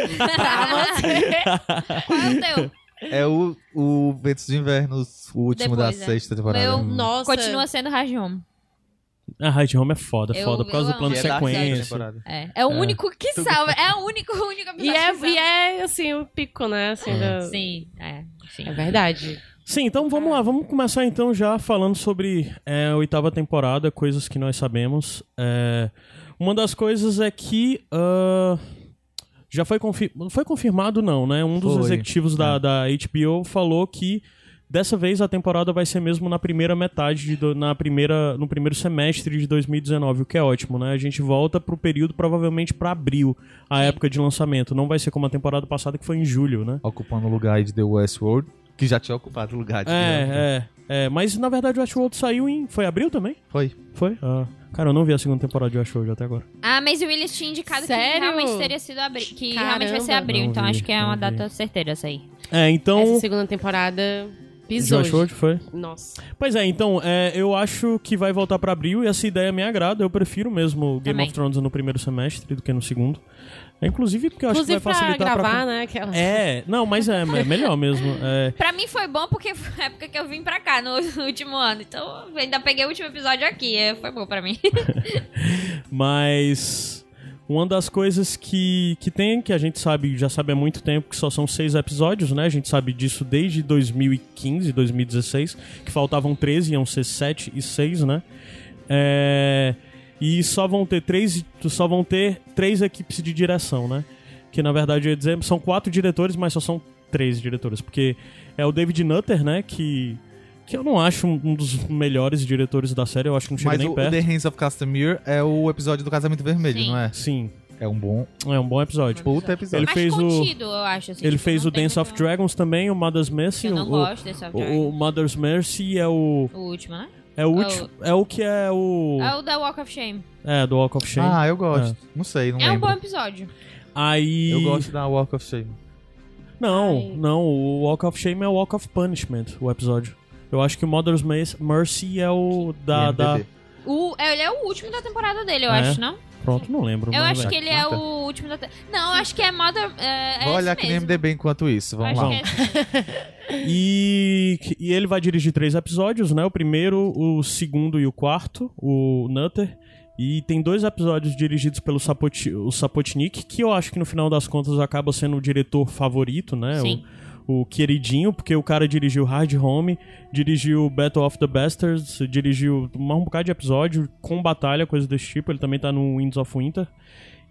pra você. Qual é o teu? É o, o Ventos de Inverno, o último Depois, da é. sexta temporada. Meu- Hum. Nossa. Continua sendo Rajom. A Ride Home é foda, Eu- foda, por causa eu do plano amo de Que é da quinta sequência. temporada. É, é o É. único que salva. É o único, o único E episódio é, que salva. e é, assim, o pico, né? Assim, É. do- Sim, é. Sim. É verdade. Sim, então vamos lá, vamos começar então já falando sobre é, a oitava temporada, coisas que nós sabemos. É, uma das coisas é que. ah, já foi, confi não foi confirmado, não, né? Um dos Foi. executivos da, da HBO falou que dessa vez a temporada vai ser mesmo na primeira metade, de do- na primeira, no primeiro semestre de 2019, o que é ótimo, né? A gente volta pro período provavelmente pra abril, a época de lançamento. Não vai ser como a temporada passada, que foi em julho, né? Ocupando o lugar aí de The Westworld, que já tinha ocupado o lugar de. É, é, é. Mas na verdade o Westworld saiu em. Foi abril também? Foi. Foi? Ah. Cara, eu não vi a segunda temporada de Westworld até agora. Ah, mas o Willis tinha indicado que Sério? realmente teria sido abril. Que realmente vai ser Caramba. abril, Não então vi, acho que é não uma vi. data certeira essa aí. É, então. Essa segunda temporada De pisou. Westworld foi? Nossa. Pois é, então, é, eu acho que vai voltar pra abril e essa ideia me agrada. Eu prefiro mesmo Game Também. of Thrones no primeiro semestre do que no segundo. É, inclusive porque eu acho Inclusive que vai pra facilitar gravar, pra... né? Aquela... É, não, mas é, é melhor mesmo. É, Pra mim foi bom porque foi a época que eu vim pra cá no último ano. Então eu ainda peguei o último episódio aqui. é, Foi bom pra mim. Mas uma das coisas que, que tem, que a gente sabe, já sabe há muito tempo, que só são seis episódios, né? A gente sabe disso desde 2015, 2016, que faltavam 13, iam ser 7 e 6, né? É, e só vão ter três, só vão ter três equipes de direção, né? Que na verdade eu ia dizer, são quatro diretores, mas só são três diretores, porque é o David Nutter, né, que que eu não acho um um dos melhores diretores da série, eu acho que não chega Mas nem o perto. The Hands of Castamere é o episódio do Casamento Vermelho, Sim. não é? Sim, É um bom é um bom episódio. puta episódio. Ele fez Mas o- contido, eu acho. assim, Ele tipo, fez não o tem Dance muito- of Dragons também, o Mother's que Mercy. Eu não o, gosto desse of Dragon. o, o Mother's Mercy é o. O último, né? É o, último- é o que é o. É o da Walk of Shame. É, do Walk of Shame. Ah, eu gosto. Não sei, não é um lembro. bom episódio. Aí. Eu gosto da Walk of Shame. Não, Ai. não, o Walk of Shame é o Walk of Punishment, o episódio. Eu acho que o Mother's Mes- Mercy é o da. da... IMDb. O, é, ele é o último da temporada dele, eu Ah, é? acho, não? Pronto, não lembro. Eu mas acho é. que ele é quarta. o último da. te- Não, eu acho que é Mother. É, é Vou esse olhar aqui no mesmo. MDB enquanto isso. Vamos Eu lá. acho que é esse. E, e ele vai dirigir três episódios, né? O primeiro, o segundo e o quarto, o Nutter. E tem dois episódios dirigidos pelo Sapoti, o Sapotnik, que eu acho que no final das contas acaba sendo o diretor favorito, né? Sim. O, o queridinho, porque o cara dirigiu Hard Home, dirigiu Battle of the Bastards, dirigiu mais um bocado de episódio, com batalha, coisa desse tipo. Ele também tá no Winds of Winter.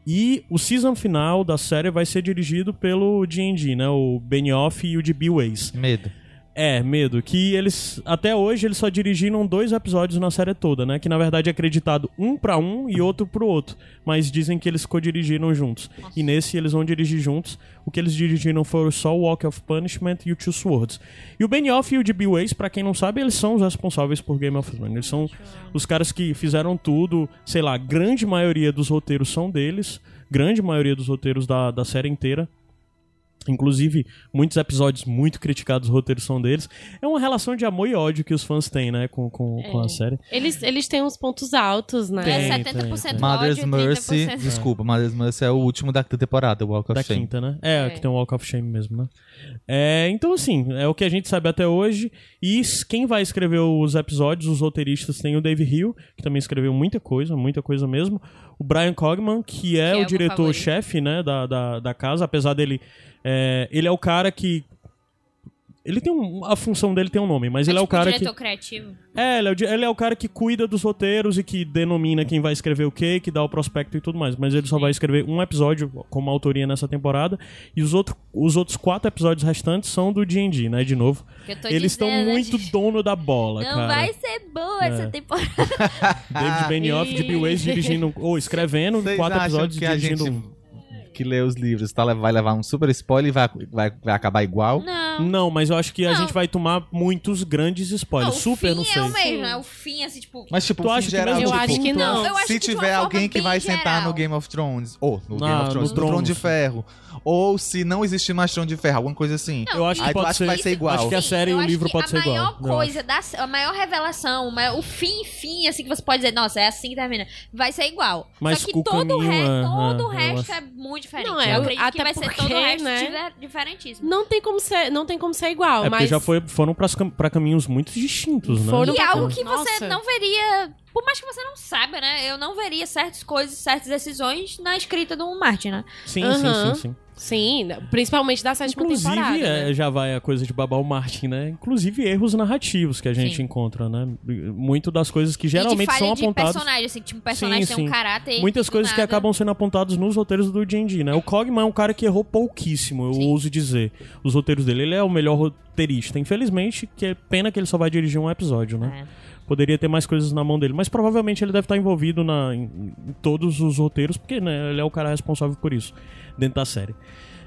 E o season final da série vai ser dirigido pelo D&D, né? O Benioff e o D.B. Weiss. Medo. É, medo. Que eles, até hoje, eles só dirigiram dois episódios na série toda, né? Que na verdade é acreditado um pra um e outro pro outro. Mas dizem que eles co-dirigiram juntos. E nesse eles vão dirigir juntos. O que eles dirigiram foram só o Walk of Punishment e o Two Swords. E o Benioff e o D.B. Weiss, pra quem não sabe, eles são os responsáveis por Game of Thrones. Eles são os caras que fizeram tudo, sei lá, grande maioria dos roteiros são deles. Grande maioria dos roteiros da, da série inteira. Inclusive, muitos episódios muito criticados, os roteiros são deles. É uma relação de amor e ódio que os fãs têm, né, com, com, com a série. Eles, eles têm uns pontos altos, né? Tem, É 70% Mother's ódio, Mercy. 30%. Desculpa, Mother's Mercy é o último da quinta temporada, o Walk of Da Shame. quinta, né? É, É. que tem o Walk of Shame mesmo, né? É, então, assim, é o que a gente sabe até hoje. E s- quem vai escrever os episódios, os roteiristas, tem o Dave Hill, que também escreveu muita coisa, muita coisa mesmo. O Brian Cogman, que é é o o meu diretor-chefe, né, da, da, da casa, apesar dele... é, ele é o cara que... Ele tem um... A função dele tem um nome, mas ele é o tipo cara que... diretor criativo. É, ele é, o, di- ele é o cara que cuida dos roteiros e que denomina quem vai escrever o quê, que dá o prospecto e tudo mais. Mas ele só vai escrever um episódio como autoria nessa temporada. E os, outro, os outros quatro episódios restantes são do D&D, né? De novo. que eu tô Eles estão dizendo, muito gente. dono da bola, Não cara. vai ser boa É. essa temporada. David Benioff, de Bill Ways dirigindo, ou escrevendo, Ah, Vocês quatro acham episódios que a dirigindo... gente que lê os livros tá, vai levar um super spoiler e vai, vai, vai acabar igual? Não. Não, mas eu acho que a Não. gente vai tomar muitos grandes Não, spoilers. o Super, fim não sei. É o mesmo, Sim. é o fim, assim, tipo. Mas, tipo, Tu em acha que geral, mesmo, Eu tipo, acho que não. Eu acho se que de uma tiver forma alguém que bem vai sentar geral. no Game of Thrones, ou no Game Ah, of Thrones, no no, Trono de Tronos. Ferro, ou se não existe mais Trono de Ferro, alguma coisa assim. Eu acho Aí que tu pode acha ser... É, que vai ser igual. Acho que a Sim, série e eu o acho livro que pode a ser igual. maior Eu coisa, da, a maior revelação, o, maior- o fim, fim, assim que você pode dizer, nossa, é assim que termina. Vai ser igual. Mas Só que o todo o caminho, resto, é, todo o é, eu resto acho. é muito diferente. Não, é, eu acredito até que vai ser todo porque, o resto né? diver- diferentíssimo. Não tem como ser, não tem como ser igual, É porque mas já foi, foram pras cam- pra caminhos muito distintos, né? Foram E é pra- algo que você Nossa. não veria, por mais que você não saiba, né? Eu não veria certas coisas, certas decisões na escrita do Martin, né? Sim, sim, sim, Aham. sim. sim, principalmente da sétima temporada. Inclusive, é, né? já vai a coisa de babar o Martin, né? Inclusive erros narrativos que a gente Sim. encontra, né? Muito das coisas que e de geralmente falha são de apontadas. personagem, assim, tipo, um personagem Sim, tem um sim. caráter. Muitas do coisas que nada. acabam sendo apontadas nos roteiros do D&D, né? O Cogman é um cara que errou pouquíssimo, eu Sim. ouso dizer. Os roteiros dele, ele é o melhor roteirista. Infelizmente, que é pena que ele só vai dirigir um episódio, né? É. Poderia ter mais coisas na mão dele, mas provavelmente ele deve estar envolvido na, em, em todos os roteiros, porque né, ele é o cara responsável por isso, dentro da série.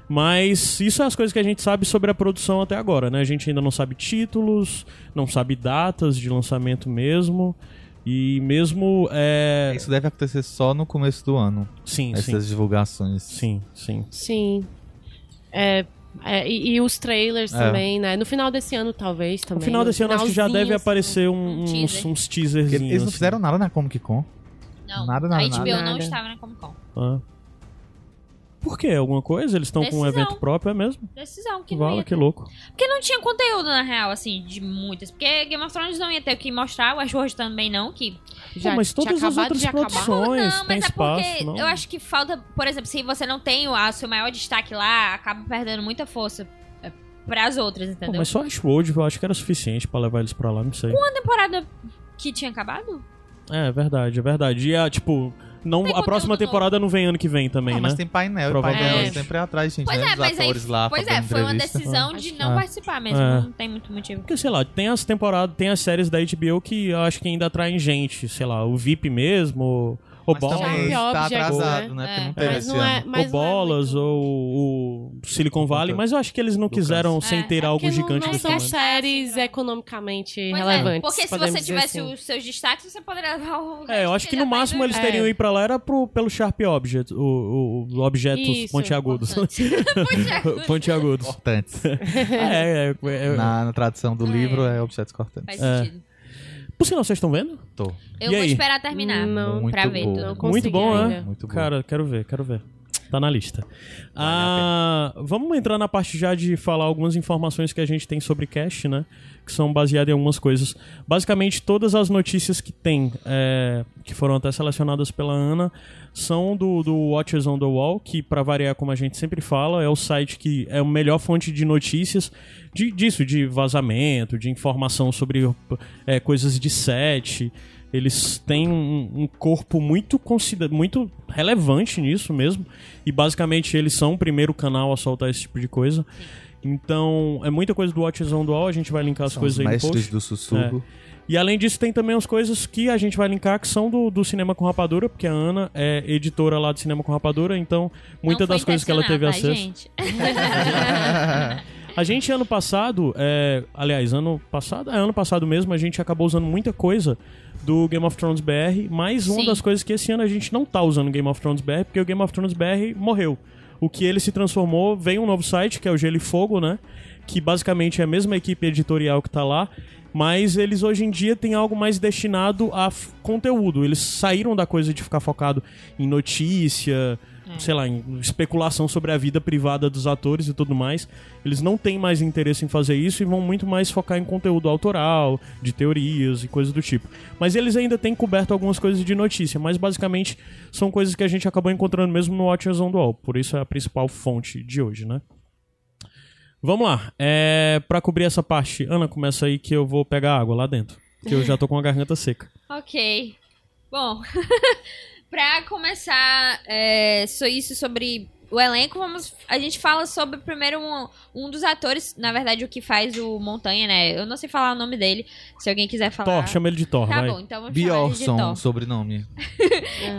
Mas isso é as coisas que a gente sabe sobre a produção até agora, né? A gente ainda não sabe títulos, não sabe datas de lançamento mesmo. E mesmo. É... Isso deve acontecer só no começo do ano, Sim, sim. essas divulgações. Sim, sim. Sim. É, é, e, e os trailers É. também, né? No final desse ano, talvez, também. No final desse ano acho que já finalzinho, deve assim. aparecer um- um uns, teaser. uns Porque teaserzinhos. assim. Eles não fizeram nada na Comic Con. Não, Nada, nada, a HBO não nada. estava na Comic Con. assim. Ah. Por quê? Alguma coisa? Eles estão com um Decisão. evento próprio, é mesmo? Decisão que não Vala, ia que ter. louco. Porque não tinha conteúdo, na real, assim, de muitas. Porque Game of Thrones não ia ter o que mostrar, o Ashworth também não, que... Já, Pô, mas todas tinha as acabado outras de acabar. produções não, têm mas é espaço. porque não. eu acho que falta... Por exemplo, se você não tem o a- seu maior destaque lá, acaba perdendo muita força é, pras outras, Pô, entendeu? mas só Ashwood eu acho que era suficiente pra levar eles pra lá, não sei. Uma temporada que tinha acabado? É, verdade, é verdade. E a, tipo, não, Tem a próxima conteúdo temporada não vem ano que vem também, Ah, né? mas tem painel, e Provavelmente. painel É. sempre é atrás, gente. Pois né? é, Os mas aí... atores lá Pois é, fazendo foi uma entrevista. decisão de não É. participar mesmo. É. Não tem muito motivo. Porque, sei lá, tem as temporadas, tem as séries da HBO que eu acho que ainda atraem gente, sei lá, o VIP mesmo, ou, ou Mas Bolas, também Sharp tá Objects, atrasado, né? um né? Porque É. não teve Mas esse não é, ano. mas ou não é Bolas, muito- ou o Silicon Valley, Lucas. mas eu acho que eles não Lucas. quiseram É, sem ter é algo Porque gigante não, no não tamanho. são tamanho. séries é economicamente Pois é, relevantes. porque se podemos você dizer tivesse assim. os seus destaques, você poderia levar o... É, eu acho que no já tá máximo eles É. teriam ido pra lá era pro, pelo Sharp Object, o, o, o objetos Isso, pontiagudos. Pontiagudos. pontiagudos. Cortantes. é, é, é, é, Na, na tradução do É. livro é objetos cortantes. Faz sentido. Por sinal, vocês estão vendo? Tô. Eu É. E vou aí? esperar terminar Não, Muito pra ver boa. tudo. Consegui Muito bom, ainda. né? Muito bom. Cara, quero ver, quero ver. Tá na lista. Ah, vamos entrar na parte já de falar algumas informações que a gente tem sobre cash, né? Que são baseadas em algumas coisas. Basicamente, todas as notícias que tem, é, que foram até selecionadas pela Ana, são do, do Watchers on the Wall, que, pra variar, como a gente sempre fala, é o site que é a melhor fonte de notícias de, disso, de vazamento, de informação sobre é, coisas de set. Eles têm um, um corpo muito, consider... muito relevante nisso mesmo. E basicamente eles são o primeiro canal a soltar esse tipo de coisa. Então, é muita coisa do Watches on the Wall, a gente vai linkar as São coisas os aí no mestres post. É. do sussurro. E além disso, tem também as coisas que a gente vai linkar que são do, do Cinema com Rapadura, porque a Ana é editora lá do Cinema com Rapadura, então muitas Não foi das coisas que ela teve intencional, tá, acesso. gente? A gente, ano passado, é, aliás, ano passado, é, ano passado mesmo, a gente acabou usando muita coisa do Game of Thrones BR, mas uma Sim. das coisas que esse ano a gente não tá usando Game of Thrones BR, porque o Game of Thrones BR morreu. O que ele se transformou, veio um novo site, que é o Gelo e Fogo, né? Que basicamente é a mesma equipe editorial que tá lá, mas eles hoje em dia têm algo mais destinado a f- conteúdo. Eles saíram da coisa de ficar focado em notícia, É. sei lá, em especulação sobre a vida privada dos atores e tudo mais. Eles não têm mais interesse em fazer isso e vão muito mais focar em conteúdo autoral, de teorias e coisas do tipo. Mas eles ainda têm coberto algumas coisas de notícia, mas basicamente são coisas que a gente acabou encontrando mesmo no Watchers on the Wall. Por isso é a principal fonte de hoje, né? Vamos lá. É, para cobrir essa parte, Ana, começa aí que eu vou pegar água lá dentro. Que eu já tô com a garganta seca. Ok. Bom, pra começar é, so- isso sobre o elenco, vamos, a gente fala sobre primeiro um, um dos atores, na verdade o que faz o Montanha, né? Eu não sei falar o nome dele, se alguém quiser falar. Thor, chama ele de Thor, tá vai. bom, então vamos chamar ele Bjorson, de Thor. sobrenome.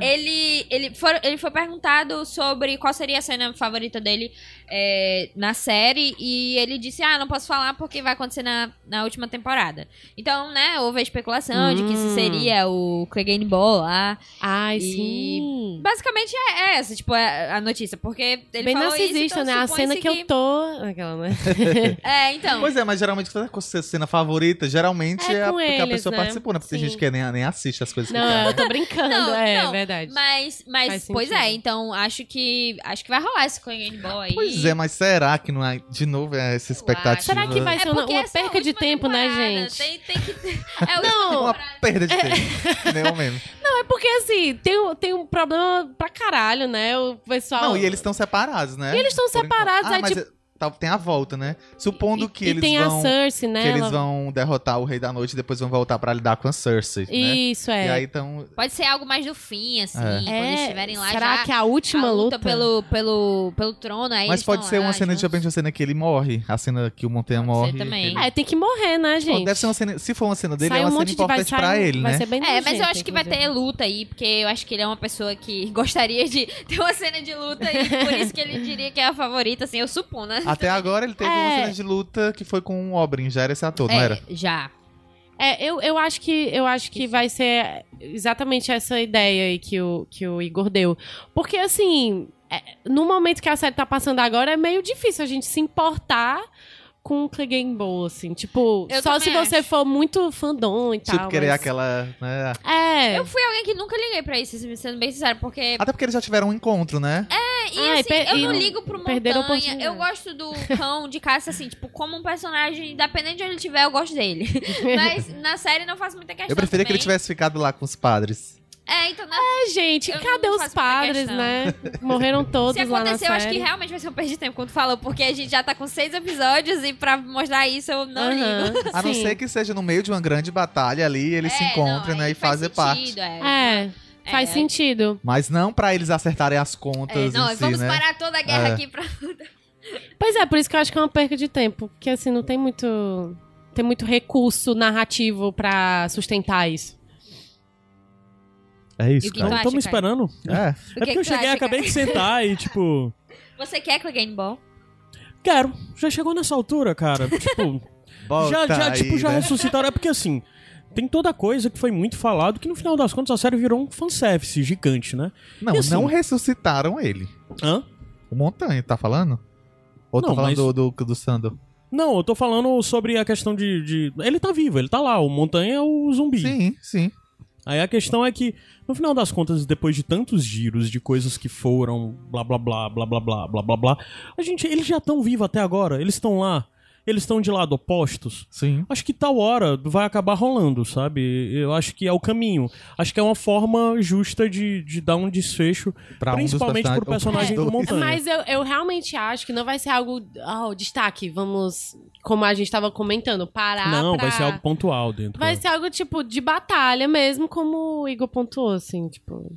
Ele, ele, for, ele foi perguntado sobre qual seria a cena favorita dele é, na série e ele disse, ah, não posso falar porque vai acontecer na, na última temporada. Então, né, houve a especulação de que isso Hum. seria o Clegane Ball lá. Ai, E- sim. Basicamente é é essa, tipo, é a notícia. Porque ele Bem falou narcisista, isso, então né? A supõe-se cena que eu tô. Aquela, né? É, então. Pois é, mas geralmente quando é a cena favorita, geralmente É é, a, com que a eles, pessoa né? participou, né? Porque Sim. tem gente que nem, nem assiste as coisas que Não, eu tô brincando, Não, é não, verdade. Mas, Faz mas sentido. pois é, então acho que acho que vai rolar esse Clegane Ball aí. Pois é, mas será que não é de novo é essa expectativa? Será que vai É ser uma, porque uma essa é a perca de última tempo, né, temporada, gente? Tem, tem que... É a última Não, uma temporada. perda de tempo? Nem eu mesmo. é porque assim, tem, um- tem um problema pra caralho, né? O pessoal. Não, e eles estão separados, né? E eles estão Por enquanto. separados, ah, aí mas tipo. é- tá- tem a volta, né? Supondo que e, eles e tem vão a Cersei, né? que eles Ela- vão derrotar o Rei da Noite e depois vão voltar pra lidar com a Cersei, né? Isso, é. E aí então Pode ser algo mais do fim, assim, É. quando eles estiverem lá será já. que é a última a luta? luta, pelo, pelo, pelo trono aí. mas eles pode tão ser lá uma cena de juntos. repente uma cena que ele morre, a cena que o Montanha Pode ser morre. também. Ah, ele- É, tem que morrer, né, gente? Ou Deve ser uma cena, se for uma cena dele, é Sai uma um cena monte de vai importante sair, pra ele, vai né? ser bem É, mas eu nojento, acho que vai inclusive. ter luta aí, porque eu acho que ele é uma pessoa que gostaria de ter uma cena de luta e por isso que ele diria que é a favorita, assim, eu suponho, né? Até agora ele teve uma É. cena de luta que foi com o Obrin, já era esse ator, não é, era? Já. É, eu, eu acho que eu acho que vai ser exatamente essa ideia aí que o, que o Igor deu. Porque assim, é, no momento que a série tá passando agora, é meio difícil a gente se importar com um o Clegane Bowl, assim. Tipo, Eu só também se você acho. for muito fandom e tal. tipo, querer mas- aquela. né? É. tá, Eu fui alguém que nunca liguei pra isso, assim, sendo bem sincero, porque. Até porque eles já tiveram um encontro, né? E Ah, e assim, per- eu e não não- ligo pro perderam a Montanha. Eu oportunidade. gosto do cão de caça, assim, tipo, como um personagem, independente de onde ele tiver, eu gosto dele. É, Mas na série não faço muita questão. eu preferia que ele também. tivesse ficado lá com os padres. É, então, na... É, gente, Eu não cadê os faço muita padres, questão. né? Morreram todos se lá na acontecer, eu acho que série. realmente vai ser um perda de tempo quando falou, porque a gente já tá com seis episódios e pra mostrar isso eu não é ligo. Aham, A não sim. ser que seja no meio de uma grande batalha ali, eles se É, encontram, não, né? aí E fazer faz parte. sentido, É. É, faz É, sentido. Mas não pra eles acertarem as é, contas não, em si, vamos né? parar toda a guerra É. aqui pra. Pois é, por isso que eu acho que é uma perca de tempo. Porque, assim, não tem muito. Tem muito recurso narrativo pra sustentar isso. É E isso, o que tu cara. acha, Estamos cara? Então esperando. É. O É que porque eu que tu cheguei, acha, acabei de sentar e tipo. cara? Você quer Clegane Ball? Quero. Já chegou nessa altura, cara. Tipo, já, Volta já, aí, tipo, já né? ressuscitaram. É porque assim, tem toda a coisa que foi muito falado que no final das contas a série virou um fanservice gigante, né? Não, E assim- não ressuscitaram ele. Hã? O Montanha, tá falando? Ou Não, tá falando mas- do, do, do Sandor? Não, eu tô falando sobre a questão de, de- Ele tá vivo, ele tá lá. O Montanha é o zumbi. Sim, sim. Aí a questão é que, no final das contas, depois de tantos giros de coisas que foram, blá blá blá, blá blá blá, blá blá blá, a gente, eles já estão vivos até agora, eles estão lá, eles estão de lado opostos. Sim. Acho que tal hora vai acabar rolando, sabe? Eu acho que é o caminho. Acho que é uma forma justa de, de dar um desfecho, Pra um dos principalmente pro personagem personagens- É, do ou pros Montanha. Mas eu, eu realmente acho que não vai ser algo. ó, destaque, vamos. Como a gente tava comentando, parar. Não, pra- vai ser algo pontual dentro. é. Vai ser algo tipo de batalha mesmo, como o Igor pontuou, assim, tipo.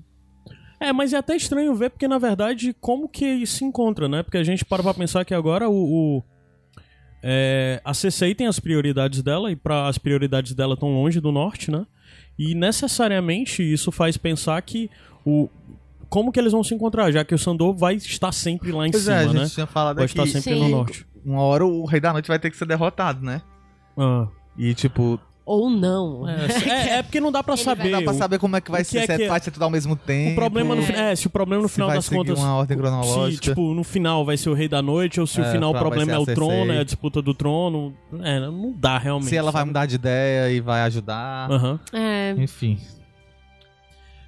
É, mas é até estranho ver, porque na verdade, como que se encontra, né? Porque a gente para pra pensar que agora o. o- é, a CCI tem as prioridades dela, e para as prioridades dela tão longe do norte, né? E necessariamente isso faz pensar que o. Como que eles vão se encontrar, já que o Sandor vai estar sempre lá em Pois cima, é, a gente né? tinha falado Vai aqui. estar sempre no Sim. norte. Uma hora o Rei da Noite vai ter que ser derrotado, né? Ah, E tipo, Ou não. é, é- é porque não dá pra Ele vai saber. dá pra o- saber como é que vai o que ser, é se que- vai ser tudo ao mesmo O, tempo. problema no fi- é, se o problema no se final vai das seguir contas uma ordem Se, cronológica. tipo, no final vai ser o rei da noite, ou se o É, final o pra- vai problema ser é a o CC. trono, é a disputa do trono. É, não dá realmente. se ela vai sabe? mudar de ideia e vai ajudar. Aham. É. Enfim.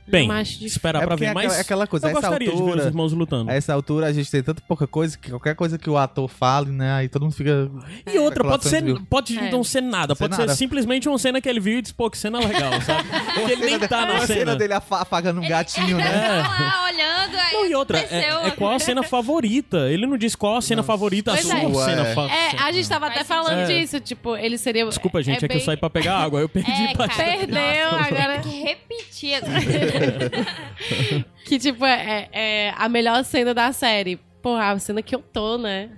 Bem, eu acho difícil. Esperar pra porque ver, é mas aquela, é aquela coisa, eu a essa gostaria de ver os altura, É irmãos lutando. a essa altura a gente tem tanta pouca coisa que qualquer coisa que o ator fale, né, aí todo mundo fica... e outra, pode ser, especulações, pode É. não ser nada, Não ser pode ser nada. simplesmente uma cena que ele viu e disse, pô, que cena legal, sabe? Ou Porque a ele nem cena tá de- na a cena. cena dele afa- afagando um gatinho, né? É. Tá lá olhando, aí Não, e outra, aconteceu, é, é qual a cena favorita? Ele não disse qual a cena Não, favorita, a pois sua é. cena É. favorita. É, a gente tava até Faz falando sentido. disso, tipo, ele seria. Desculpa, gente, é, que bem- eu saí pra pegar água, eu perdi É, bastante. cara. Perdeu agora. que repetir. né? Que, tipo, é, é a melhor cena da série. Porra, a cena que eu tô, né?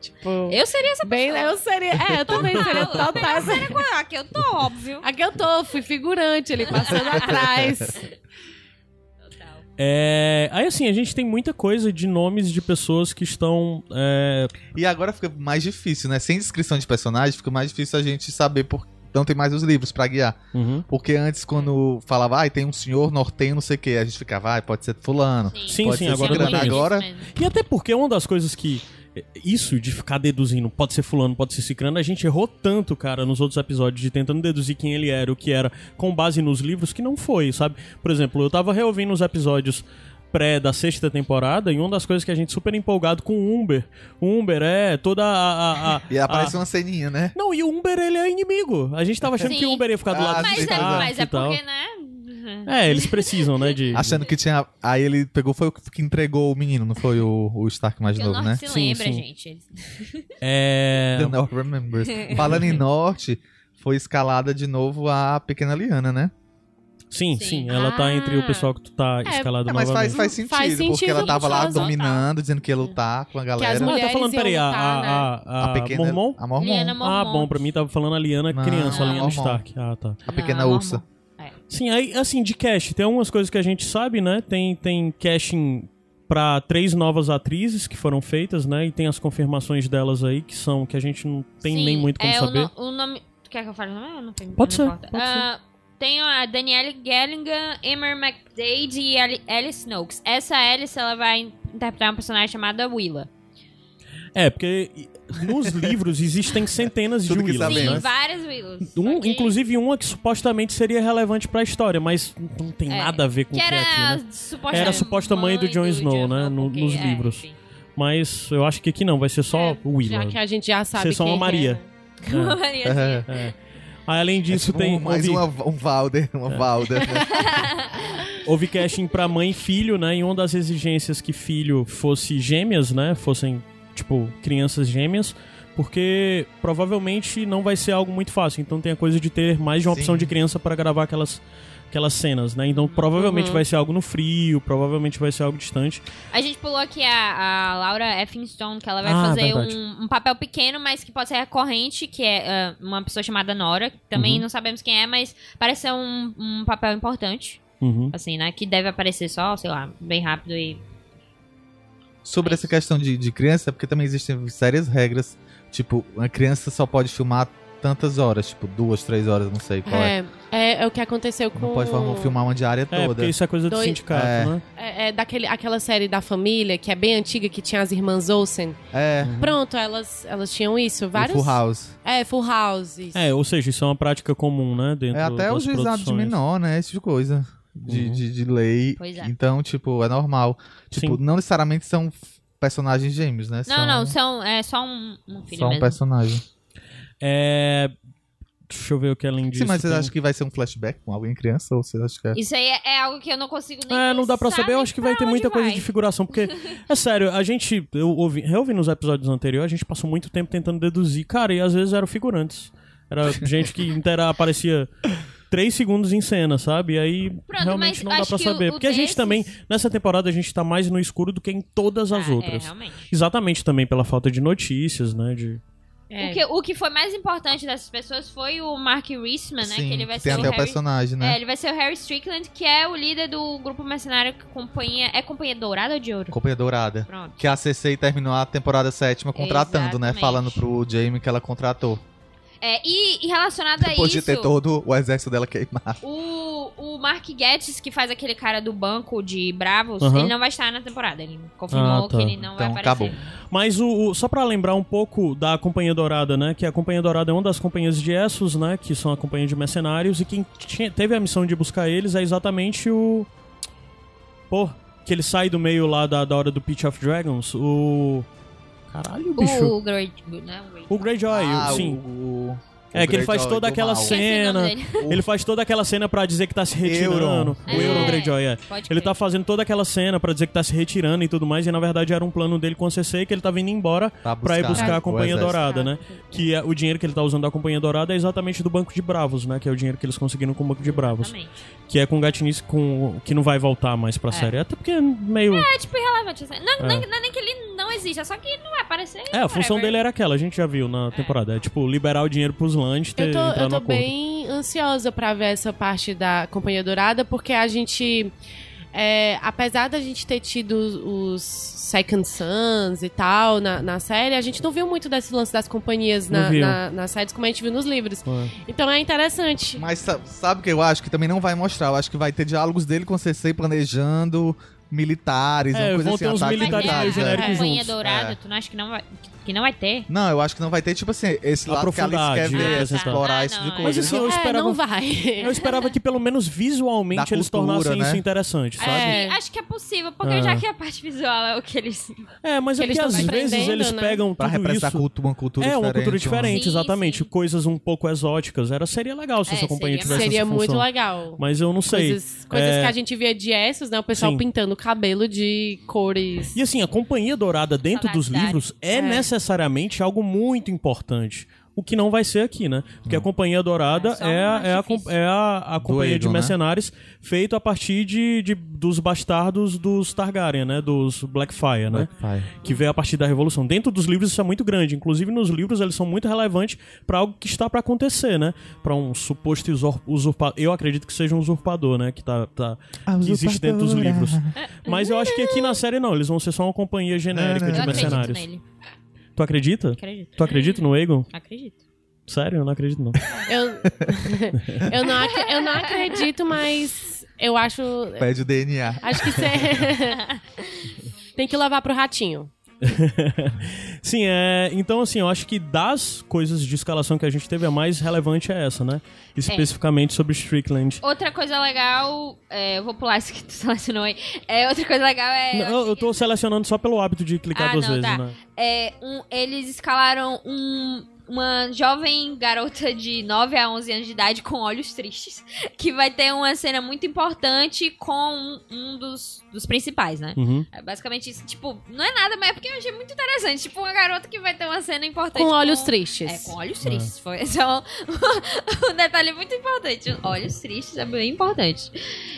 Tipo. Eu seria essa bem, pessoa. eu seria. É, eu também seria Total, total. eu seria com ela, que eu tô, óbvio. Aqui eu tô, fui figurante ali, passando atrás. Total. É, aí assim, a gente tem muita coisa de nomes de pessoas que estão. é, E agora fica mais difícil, né? Sem descrição de personagem, fica mais difícil a gente saber por não tem mais os livros pra guiar. Porque antes, quando falava, ai, tem um senhor norteio, não sei o quê, a gente ficava, ai, pode ser fulano. Sim, Pode sim, ser agora esse não grana tem. agora. E até porque uma das coisas que. é, Isso de ficar deduzindo, pode ser fulano, pode ser cicrano, a gente errou tanto, cara, nos outros episódios, de tentando deduzir quem ele era, o que era, com base nos livros, que não foi, sabe? Por exemplo, eu tava reouvindo os episódios pré da sexta temporada, e uma das coisas que a gente super empolgado com o Umber. O Umber é toda a. a- a- E aparece uma ceninha, né? Não, e o Umber, ele é inimigo. A gente tava achando Sim. que o Umber ia ficar do Ah, lado Mas, de é, Tá, mas é e tal. porque, né? É, eles precisam, né? De... Achando que tinha. Aí ele pegou, foi o que entregou o menino, não foi o, o Stark mais Que o novo, Norte né? se Sim, lembra, sim. gente. É. The North Remembers. Falando em Norte, foi escalada de novo a Pequena Liana, né? Sim, sim, Sim. ela tá Ah. entre o pessoal que tu tá escalado É, mas novamente. faz, faz sentido, Faz porque sentido ela tava lá total. dominando, dizendo que ia lutar com a as galera. Ah, mulheres tá falando, iam peraí, a, lutar, né? a, a, a pequena. Mormon? A Ah, Mormon. Liana Mormon. Ah, bom, pra mim tava falando a Liana Não, criança, a a Liana Mormon. Stark. Ah, tá. A pequena Não, a ursa. Mormon. Sim, aí, assim, de cast, tem algumas coisas que a gente sabe, né? Tem, tem casting pra três novas atrizes que foram feitas, né? E tem as confirmações delas aí, que são, que a gente não tem Sim, nem muito como é, o saber. no- O, nome... Tu quer que eu fale o nome? Eu não tenho, Pode não ser, importa. pode Ah, Tem a Danielle Gellingham, Emmer McDade e Ali- Alice Snokes. Essa Alice, ela vai interpretar uma personagem chamada Willa. É, porque nos livros existem centenas de Tudo que Willas, Tá Sim, sabemos. né? vendo? várias Willas. Um, ok? Inclusive uma que supostamente seria relevante pra história, mas não tem É, nada a ver com Que o que era, é aqui, né? a suposta Era a suposta mãe do Jon Snow, Jon né, no- porque, nos é, livros. enfim. Mas eu acho que aqui não, vai ser só É, o Willa. Já que a gente já sabe. Ser só quem uma é, Maria. né? É. É. É. Aí, além disso, É tipo tem. um- mais houve, uma- um Valder, uma Valda. né? houve casting pra mãe e filho, né? E uma das exigências que filho fosse gêmeas, né? Fossem, tipo, crianças gêmeas. Porque provavelmente não vai ser algo muito fácil. Então tem a coisa de ter mais de uma Sim. opção de criança pra gravar aquelas, aquelas cenas, né? Então provavelmente Uhum. vai ser algo no frio, provavelmente vai ser algo distante. A gente pulou aqui a, a Laura Effinstone, que ela vai Ah, fazer verdade. um, um papel pequeno, mas que pode ser recorrente, que é ah, uma pessoa chamada Nora. que Também Uhum. não sabemos quem é, mas parece ser um, um papel importante, Uhum. assim, né? Que deve aparecer só, sei lá, bem rápido e. Sobre essa questão de, de criança, é porque também existem sérias regras. Tipo, a criança só pode filmar tantas horas, tipo, duas, três horas, não sei qual é. É, É, é o que aconteceu com. Não pode formar, filmar uma diária É, toda. porque isso é coisa do Dois- sindicato, É. né? É, é daquele, aquela série da família, que é bem antiga, que tinha as irmãs Olsen. É, Pronto, elas, elas tinham isso. o Vários. Full House. É, Full House. isso. É, ou seja, isso é uma prática comum, né? Dentro É até o das juizado de produções. menor, né? Esse tipo de coisa. De, Uhum. de, de lei. Pois é. Então, tipo, é normal. Tipo, Sim. não necessariamente são f- personagens gêmeos, né? Não, são, não, são, é só um, um filho Só um mesmo. personagem. É. Deixa eu ver o que além disso. Sim, mas vocês tem. acham que vai ser um flashback com alguém criança? Ou vocês acham que é. Isso aí é, é algo que eu não consigo nem É, não dá pra pensar saber, eu nem acho que vai pra ter muita onde coisa vai. de figuração, porque, é sério, a gente, eu ouvi, reouvi nos episódios anteriores, a gente passou muito tempo tentando deduzir, cara, e às vezes eram figurantes, era gente que intera, aparecia três segundos em cena, sabe, e aí Pronto, realmente mas não dá acho pra que saber, o- o porque a gente desses- também, nessa temporada a gente tá mais no escuro do que em todas as Ah, É, outras. realmente. Exatamente também pela falta de notícias, né, de... É. O, que, o que foi mais importante dessas pessoas foi o Mark Reisman, né? Sim, que ele vai que tem ser o até o, Harry... personagem, É, né? ele vai ser o Harry Strickland, que é o líder do grupo mercenário que companhia... É Companhia Dourada ou de Ouro? Companhia Dourada. Pronto. Que a CC terminou a temporada sétima contratando, né? Exatamente. Falando pro Jamie que ela contratou. É, e, e relacionado Depois a de ter isso, todo o exército dela queimado. o, o Mark Getz, que faz aquele cara do banco de Bravos, Aham. ele não vai estar na temporada. Ele confirmou Ah, tá. que ele não Então, vai acabou. aparecer. Mas o, o- só pra lembrar um pouco da Companhia Dourada, né? Que a Companhia Dourada é uma das companhias de Essos, né? Que são a companhia de mercenários e quem tinha- teve a missão de buscar eles é exatamente o pô, que ele sai do meio lá da, da hora do Pitch of Dragons, o caralho, bicho. O Great... Né? o Great- O, Greyjoy, Ah, sim. O, o- É, o que ele faz Greyjoy toda do aquela mal. cena. Esqueci o nome Cena. dele. Ele faz toda aquela cena pra dizer que tá se retirando. Euron. O Euron É. Greyjoy, é. Pode Ele crer. tá fazendo toda aquela cena pra dizer que tá se retirando e tudo mais, e na verdade era um plano dele com a CC que ele tava indo embora Pra pra ir buscar buscar a o Companhia exército. Dourada, né? Que é- o dinheiro que ele tá usando da Companhia Dourada é exatamente do Banco de Bravos, né? Que é o dinheiro que eles conseguiram com o Banco de Bravos. Exatamente. Que é com o Gatinice com, que não vai voltar mais pra É. série. Até porque é meio. É, É, tipo, irrelevante. assim. Não, É. não, não é nem que ele não existe, é só que não vai aparecer. a é função dele era aquela, a gente já viu na temporada. É tipo, liberar o dinheiro pros lãs e ter- Eu tô, entrar eu no tô acordo. bem ansiosa pra ver essa parte da Companhia Dourada, porque a gente. é, apesar da gente ter tido os os Second Sons e tal na, na série, a gente não viu muito desse lance das companhias Não na, viu. na- nas séries como a gente viu nos livros. É. Então é interessante. Mas sa- sabe o que eu acho? Que também não vai mostrar. Eu acho que vai ter diálogos dele com o CC planejando militares, É, uma coisa vão assim, ter uns ataques militares né? meio militares, militares genéricos é. juntos. Companhia Dourada, É. tu não acha que não vai, que não vai ter? Não, eu acho que não vai ter, tipo assim, esse lado que a Alice Profundidade, quer ver, né, apresentar. essa explorar Ah, esse tipo de não, coisa. Mas assim, Eles eu É, esperava. não vai. Eu esperava que pelo menos visualmente Da eles cultura, tornassem né? isso interessante, sabe? É. Sim, acho que é possível, porque É. já que a parte visual é o que eles. É, mas é Que eles porque às tão vezes aprendendo, eles né? pegam Pra é tudo representar isso. cultu- uma cultura é, diferente. né? uma cultura diferente, Sim, exatamente. sim. Coisas um pouco exóticas. Era, seria legal se É, essa companhia seria tivesse Seria essa muito função. legal. Mas eu não sei. Coisas, coisas É. que a gente via de essas, né? O pessoal Sim. pintando o cabelo de cores. E assim, a Companhia Dourada dentro dos Saudade. livros é, É. necessariamente algo muito importante. O que não vai ser aqui, né? Porque a Companhia É Dourada só um é, a- é, a, com- artifício. é a, a Companhia de Aegon, né? Mercenários feito a partir de, de- dos bastardos dos Targaryen, né? Dos Blackfyre, né? Vai. que veio a partir da Revolução. Dentro dos livros isso é muito grande, inclusive nos livros eles são muito relevantes pra algo que está pra acontecer, né? Pra um suposto usurpador, eu acredito que seja um usurpador, né, que tá, tá- A que existe dentro dos usurpadora. livros. Mas eu acho que aqui na série não, eles vão ser só uma companhia genérica É, de Eu acredito mercenários. nele. Tu acredita? Acredito. Tu acredita no Aegon? Acredito. Sério, eu não acredito não. Eu, eu, não, ac- eu não acredito, mas eu acho. Pede o DNA. Acho que você. Tem que levar pro ratinho. Sim, é, então assim, eu acho que das coisas de escalação que a gente teve a mais relevante é essa, né? Especificamente sobre Strickland. Outra coisa legal. é, eu vou pular isso que tu selecionou aí. É, outra coisa legal é. Não, eu, eu tô selecionando só pelo hábito de clicar Ah, duas não, vezes, tá. né? é, um- eles escalaram um- uma jovem garota de 9 a 11 anos de idade com olhos tristes. Que vai ter uma cena muito importante com um, um dos, dos principais, né? Uhum. É basicamente isso. Tipo, não é nada, mas é porque eu achei muito interessante. Tipo, uma garota que vai ter uma cena importante. Com olhos É, tristes. com Ah. olhos tristes. Foi esse é um, um detalhe muito importante. Olhos tristes é bem importante.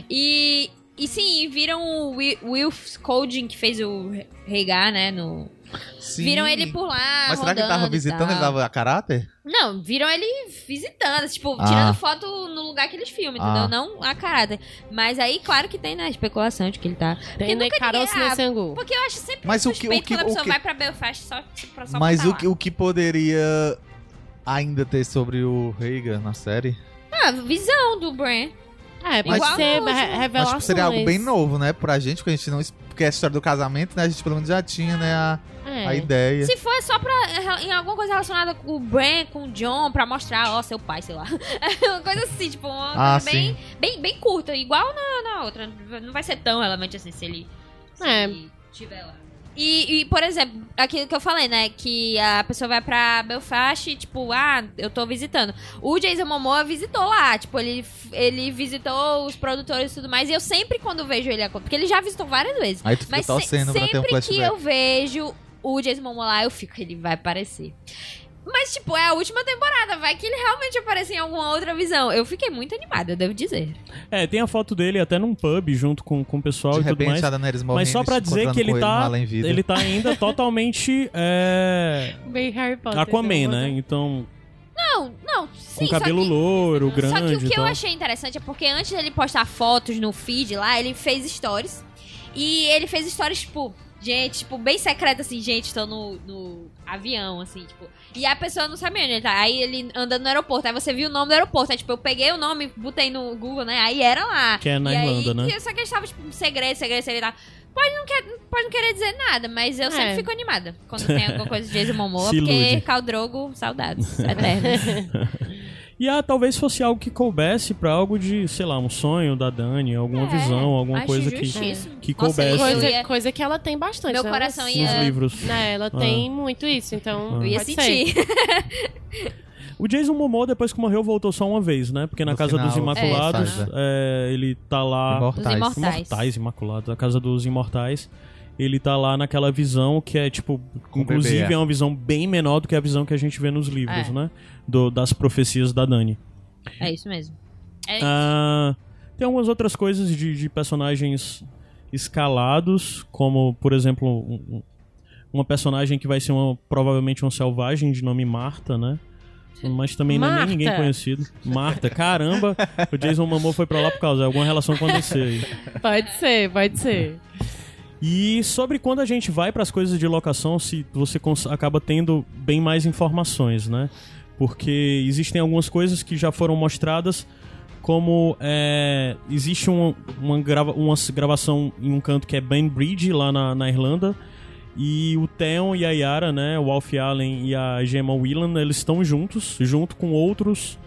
E, e sim, viram o Wi- Will Scolding, que fez o Regar, né? No... Sim. Viram ele por lá. Mas será que ele rodando tava e visitando? tal. Ele tava a caráter? Não, viram ele visitando, tipo, Ah. tirando foto no lugar que eles filmam, entendeu? Ah. Não a caráter. Mas aí, claro que tem, né? Especulação de que ele tá. Tem né, nem caroço ninguém- nesse sangu. Porque eu acho sempre Mas o que- suspeito o que- quando a o pessoa que- vai pra Belfast só, pra só Mas botar o que, lá. o que poderia ainda ter sobre o Reiga na série? Ah, visão do Bran. É, pode Igual né? ser no mas último. re- Mas revelações. tipo, seria algo bem novo, né? Pra gente, porque a gente não. es- Porque a história do casamento, né? A gente pelo menos já tinha, né? A, É. a ideia. Se for só pra. eh, em alguma coisa relacionada com o Bran, com o John, pra mostrar, ó, seu pai, sei lá. uma coisa assim, tipo, uma coisa Ah, bem, sim. bem, bem curta, igual na, na outra. Não vai ser tão relevante assim se ele, se É. ele tiver lá. E, e, por exemplo, aquilo que eu falei, né? Que a pessoa vai pra Belfast e, tipo, ah, eu tô visitando. O Jason Momoa visitou lá, tipo, ele, ele visitou os produtores e tudo mais. E eu sempre, quando vejo ele, porque ele já visitou várias vezes. Aí tu fica Mas se- torcendo pra ter um sempre que flashback. eu vejo o Jason Momoa lá, eu fico, ele vai aparecer. Mas, tipo, é a última temporada, vai que ele realmente aparece em alguma outra visão. Eu fiquei muito animada, eu devo dizer. É, tem a foto dele até num pub junto com, com o pessoal De e tudo repente, mais. a Daenerys morrendo Mas só e pra se dizer que encontrando ele com no tá, Além Vida. ele tá ainda totalmente é, Bem Harry tá Potter. Aquaman, né? né? Então, Não, não, sim, com cabelo só que... louro, Só que grande o que e eu tal. achei interessante é porque antes dele postar fotos no feed lá, ele fez stories. E ele fez stories, tipo, gente, tipo, bem secreta, assim, gente, tô no, no avião, assim, tipo. E a pessoa não sabia onde ele tá. Aí ele andando no aeroporto, aí você viu o nome do aeroporto. Aí, tipo, eu peguei o nome, botei no Google, né? Aí era lá. Que é na e Irlanda, aí, né? Só que ele tava, tipo, segredo, segredo, segredo. e tal. Pode não, quer, pode não querer dizer nada, mas eu É. sempre fico animada quando tem alguma coisa de Jason Momoa, Se ilude. porque Caldrogo, saudades, eternas. E ah, talvez fosse algo que coubesse pra algo de, sei lá, um sonho da Dani, alguma É, visão, alguma acho coisa que, justíssimo. que Nossa, coubesse eu Coisa, ia- coisa que ela tem bastante. Meu né? coração Ela- ia- nos livros. Né, ela Ah. tem muito isso, então. Eu Eu ia pode sentir. O Jason Momoa, depois que morreu, voltou só uma vez, né? Porque na No Casa dos final, Imaculados, é. é, ele tá lá... Os Imortais. imortais. Imortais, Imaculados, a Casa dos Imortais. Ele tá lá naquela visão que é, tipo, Com o inclusive bebê, é. é uma visão bem menor do que a visão que a gente vê nos livros, É. né? Do- das profecias da Dani. É isso mesmo. É Ah, tem algumas outras coisas de, de personagens escalados, como, por exemplo, um- um- uma personagem que vai ser uma, provavelmente um selvagem de nome Marta, né? Mas também não é Marta. nem ninguém conhecido. Marta, caramba, o Jason Momoa foi pra lá por causa de alguma relação com a DC aí. ser. Pode ser, pode ser. E sobre quando a gente vai para as coisas de locação, se você cons- acaba tendo bem mais informações, né? Porque existem algumas coisas que já foram mostradas, como é, existe um- uma, grava, uma s- gravação em um canto que é Banbridge, lá na, na Irlanda, e o Theon e a Yara, né, o Alf Allen e a Gemma Whelan, eles estão juntos, junto com outros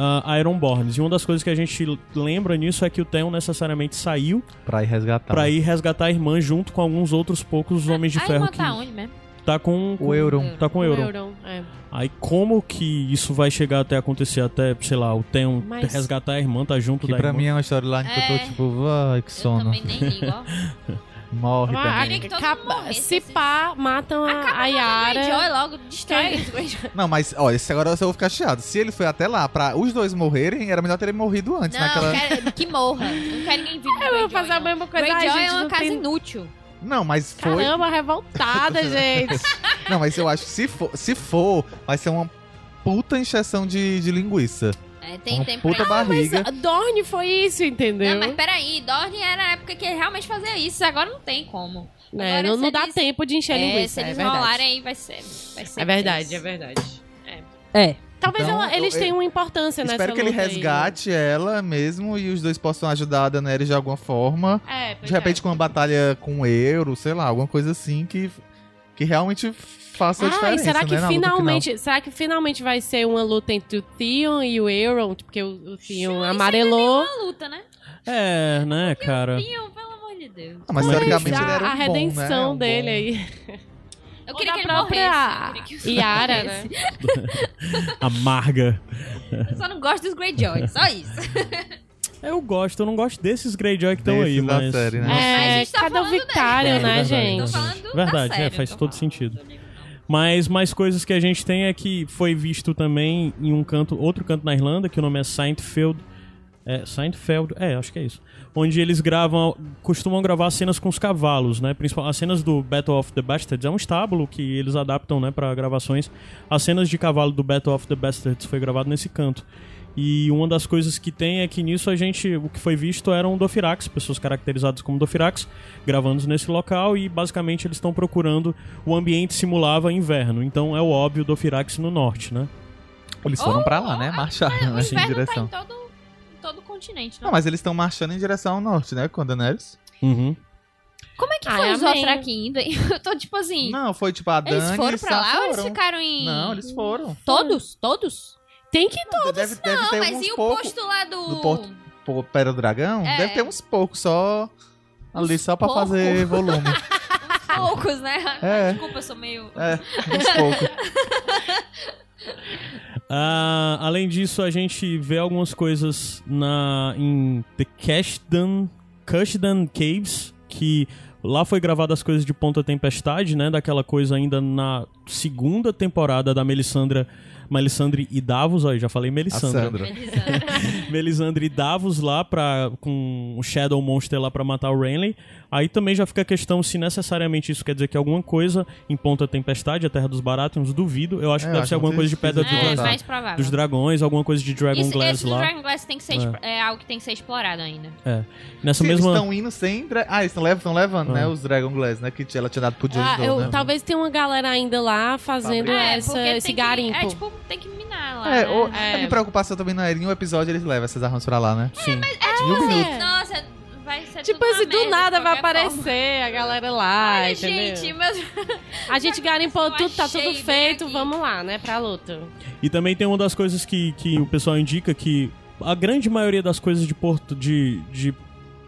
ah, Ironborns. E uma das coisas que a gente l- lembra nisso é que o Theon necessariamente saiu, Pra ir resgatar. Pra ir resgatar a irmã junto com alguns outros poucos homens de Aí ferro irmã que tá onde mesmo? tá com, com O Euron. tá com Euron. Euron, é. Aí como que isso vai chegar até acontecer até, sei lá, o Theon Mas- resgatar a irmã, tá junto Que da pra irmã. mim é uma storyline que eu É. tô tipo, vai, que Eu sono. também nem ligo, ó. Morre Ah, também. Queria que todo acaba- mundo morresse, se assim. pá, matam a, a Yara. Joy logo destrói as coisas. Não, mas olha, esse agora eu vou ficar chateado. Se ele foi até lá pra os dois morrerem, era melhor terem morrido antes Não, naquela. quero que morra. Não quero ninguém vivo. Eu vou fazer a mesma coisa. Ai, Greyjoy gente, é uma não casa tem- inútil. Não, mas foi. Caramba, revoltada, gente. Não, mas eu acho que se for, se for vai ser uma puta encheção de, de linguiça. É, tem uma tempo puta pra Mas barriga. a Dorne foi isso, entendeu? Não, mas peraí, Dorne era a época que ele realmente fazia isso. Agora não tem como. É, agora não, se não dá eles- tempo de encher a É, linguiça. se eles é verdade. rolarem aí, vai ser. Vai ser É verdade, é tenso. verdade. É. Talvez Então, ela- eles eu- tenham uma importância nessa Espero que ele luta aí. resgate ela mesmo e os dois possam ajudar a Daenerys de alguma forma. É, pois De repente, é. com uma batalha com o Euro, sei lá, alguma coisa assim que, que realmente faça a Ah, diferença. e será que né, na luta final. finalmente, será que finalmente vai ser uma luta entre o Theon e o Euron, porque o, o Theon amarelou? Uma luta, né? É, né, cara? Pinho, pelo amor de Deus. Ah, mas Mas teoricamente a- ele era um a redenção bom, né? um dele bom- aí. Eu Ou queria da que ele própria morresse. Eu queria que o Yara, né? morresse. Amarga. Eu só não gosto dos Greyjoy, só isso. Eu gosto, eu não gosto desses Greyjoy que estão Desses aí, da mas... série, né? Mas a É, gente tá cada falando dele. vicário, É, né, verdade, gente? Tô falando da Verdade, série, é, faz tô todo falando. sentido. Mas mais coisas que a gente tem é que foi visto também em um canto, outro canto na Irlanda, que o nome é Seinfeld. É, Seinfeld, é, acho que é isso. Onde eles gravam, costumam gravar cenas com os cavalos, né? Principal, as cenas do Battle of the Bastards é um estábulo que eles adaptam, né, para gravações. As cenas de cavalo do Battle of the Bastards foi gravado nesse canto. E uma das coisas que tem é que nisso a gente, o que foi visto eram Dofirax, pessoas caracterizadas como Dofirax, gravando nesse local e basicamente eles estão procurando o ambiente simulava inverno. Então é o óbvio Dofirax no norte, né? Eles foram pra lá, né? Marcharam Oh, O né? em inverno tá em direção. todo, em todo o continente, não? Não, mas eles estão marchando em direção ao norte, né? Com a Daenerys. Uhum. Como é que Ai, foi os amém. Dothraki indo? Eu tô tipo assim... Não, foi tipo a Dani. eles foram pra só lá ou eles foram. ficaram em... Não, eles foram. Todos? Todos? Tem que. Todos deve, deve Não, ter mas uns e o poucos- posto lá do... do porto- Pô, Pera do Dragão? É. Deve ter uns poucos só. Ali só pra pouco. fazer volume. Poucos, né? É. Desculpa, eu sou meio... É, uns poucos. Ah, além disso, a gente vê algumas coisas na em The Cashdan, Cashdan Caves, que lá foi gravada as coisas de Ponta Tempestade, né? Daquela coisa ainda na segunda temporada da Melisandra, Melisandre e Davos, aí já falei A Melisandra. Sandra. Melisandre. Melisandre e Davos lá para com o Shadow Monster lá pra matar o Renly. Aí também já fica a questão se necessariamente isso quer dizer que alguma coisa em Ponta Tempestade, a Terra dos Baratheons, duvido. Eu acho É, que deve acho ser alguma muito coisa de pedra do esquisito, é, tá. dragão mais provável. dos dragões, alguma coisa de Dragon Isso- Glass esse do lá. Dragon Glass tem que ser... exp- É algo que tem que ser explorado ainda. Nessa Eles mesma. estão indo sem. dra- Ah, eles estão levando, tão levando, Ah. né? Os Dragon Glass, né? Que t- ela tinha dado pro Ah, Jason, eu- né? talvez tenha uma galera ainda lá fazendo Fabricando. É, essa, Ah, é porque esse tem garimpo. Que, é, tipo, tem que minar lá, É, né? ou, É. a minha preocupação também não era em um episódio eles levam essas armas pra lá, né? É, Sim. Em um minuto. É. Nossa, vai ser Tipo tudo é uma assim, do merda, nada de vai qualquer aparecer forma. a galera lá, Olha, entendeu? gente, mas... a gente garimpou eu tudo, tá tudo achei bem feito, aqui. vamos lá, né, pra luta. E também tem uma das coisas que, que o pessoal indica que a grande maioria das coisas de Porto de, de,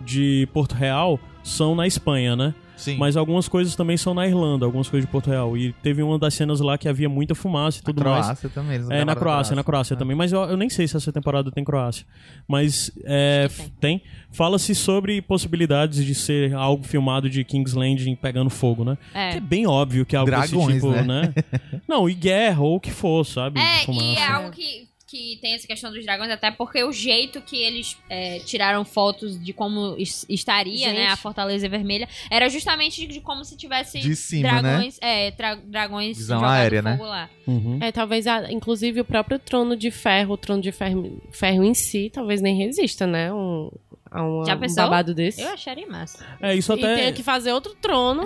de Porto Real são na Espanha, né? Sim. Mas algumas coisas também são na Irlanda, algumas coisas de Porto Real. E teve uma das cenas lá que havia muita fumaça e tudo na mais. Croácia também. Eles não É, na levaram Croácia, na Croácia também. Mas eu, eu nem sei se essa temporada tem Croácia. Mas é, Acho que f- tem. Fala-se sobre possibilidades de ser algo filmado de King's Landing pegando fogo, né? É. Que é bem óbvio que é algo Dragões, desse tipo, né? né? Não, e guerra, ou o que for, sabe? É, e Fumaça. é algo que, que tem essa questão dos dragões, até porque o jeito que eles é, tiraram fotos de como es- estaria, Gente. né, a Fortaleza Vermelha, era justamente de, de como se tivesse De cima, né? dragões, é, tra- dragões Visão jogado aérea, né? fogo lá. Uhum. É, talvez, a- inclusive, o próprio trono de ferro, o trono de ferro, ferro em si, talvez nem resista, né? Um, a uma- Já um pensou? babado desse. Eu acharia massa. É, isso E até, tem que fazer outro trono.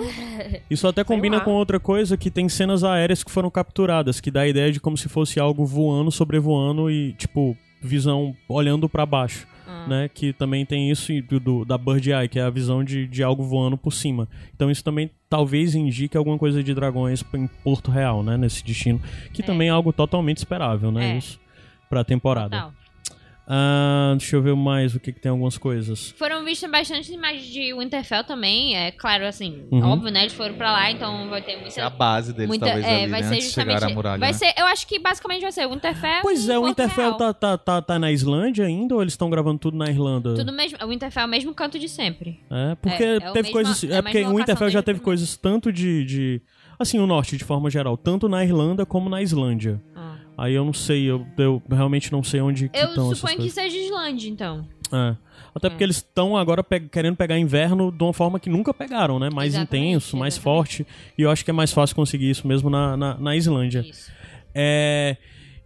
isso até combina lá. com outra coisa que tem cenas aéreas que foram capturadas, que dá a ideia de como se fosse algo voando, sobrevoando e, tipo, visão olhando pra baixo. Ah. né? Que também tem isso e do, do- da Bird Eye, que é a visão de, de algo voando por cima. Então isso também talvez indique alguma coisa de dragões em Porto Real, né? Nesse destino. Que É. também é algo totalmente esperável, né? É. Isso. Pra temporada. Total. Ah, deixa eu ver mais o que, que tem algumas coisas. Foram vistas bastante imagens de Winterfell também, é claro, assim, Uhum. óbvio, né, eles foram pra lá, então vai ter Essa é a muita... base deles, muita talvez, é, ali, vai né? ser Antes de chegar justamente... à muralha. vai né? ser, eu acho que basicamente vai ser Winterfell Pois é, e o um Porto Interfell Real. tá, tá, tá, tá na Islândia ainda ou eles estão gravando tudo na Irlanda? Tudo mesmo, o Winterfell é o mesmo canto de sempre. É, porque É, é o teve mesmo- coisas. é a É, porque mesma o locação Interfell já desde o teve coisas tanto de- de. Assim, o norte, de forma geral, tanto na Irlanda como na Islândia. Ah. Aí eu não sei, eu, eu realmente não sei onde que Eu estão Então, essas suponho que coisas. seja Islândia, então. É. Até porque eles estão agora pe- querendo pegar inverno de uma forma que nunca pegaram, né? Mais Exatamente, intenso, mais exatamente. forte. E eu acho que é mais fácil conseguir isso mesmo na, na, na Islândia. Isso. É,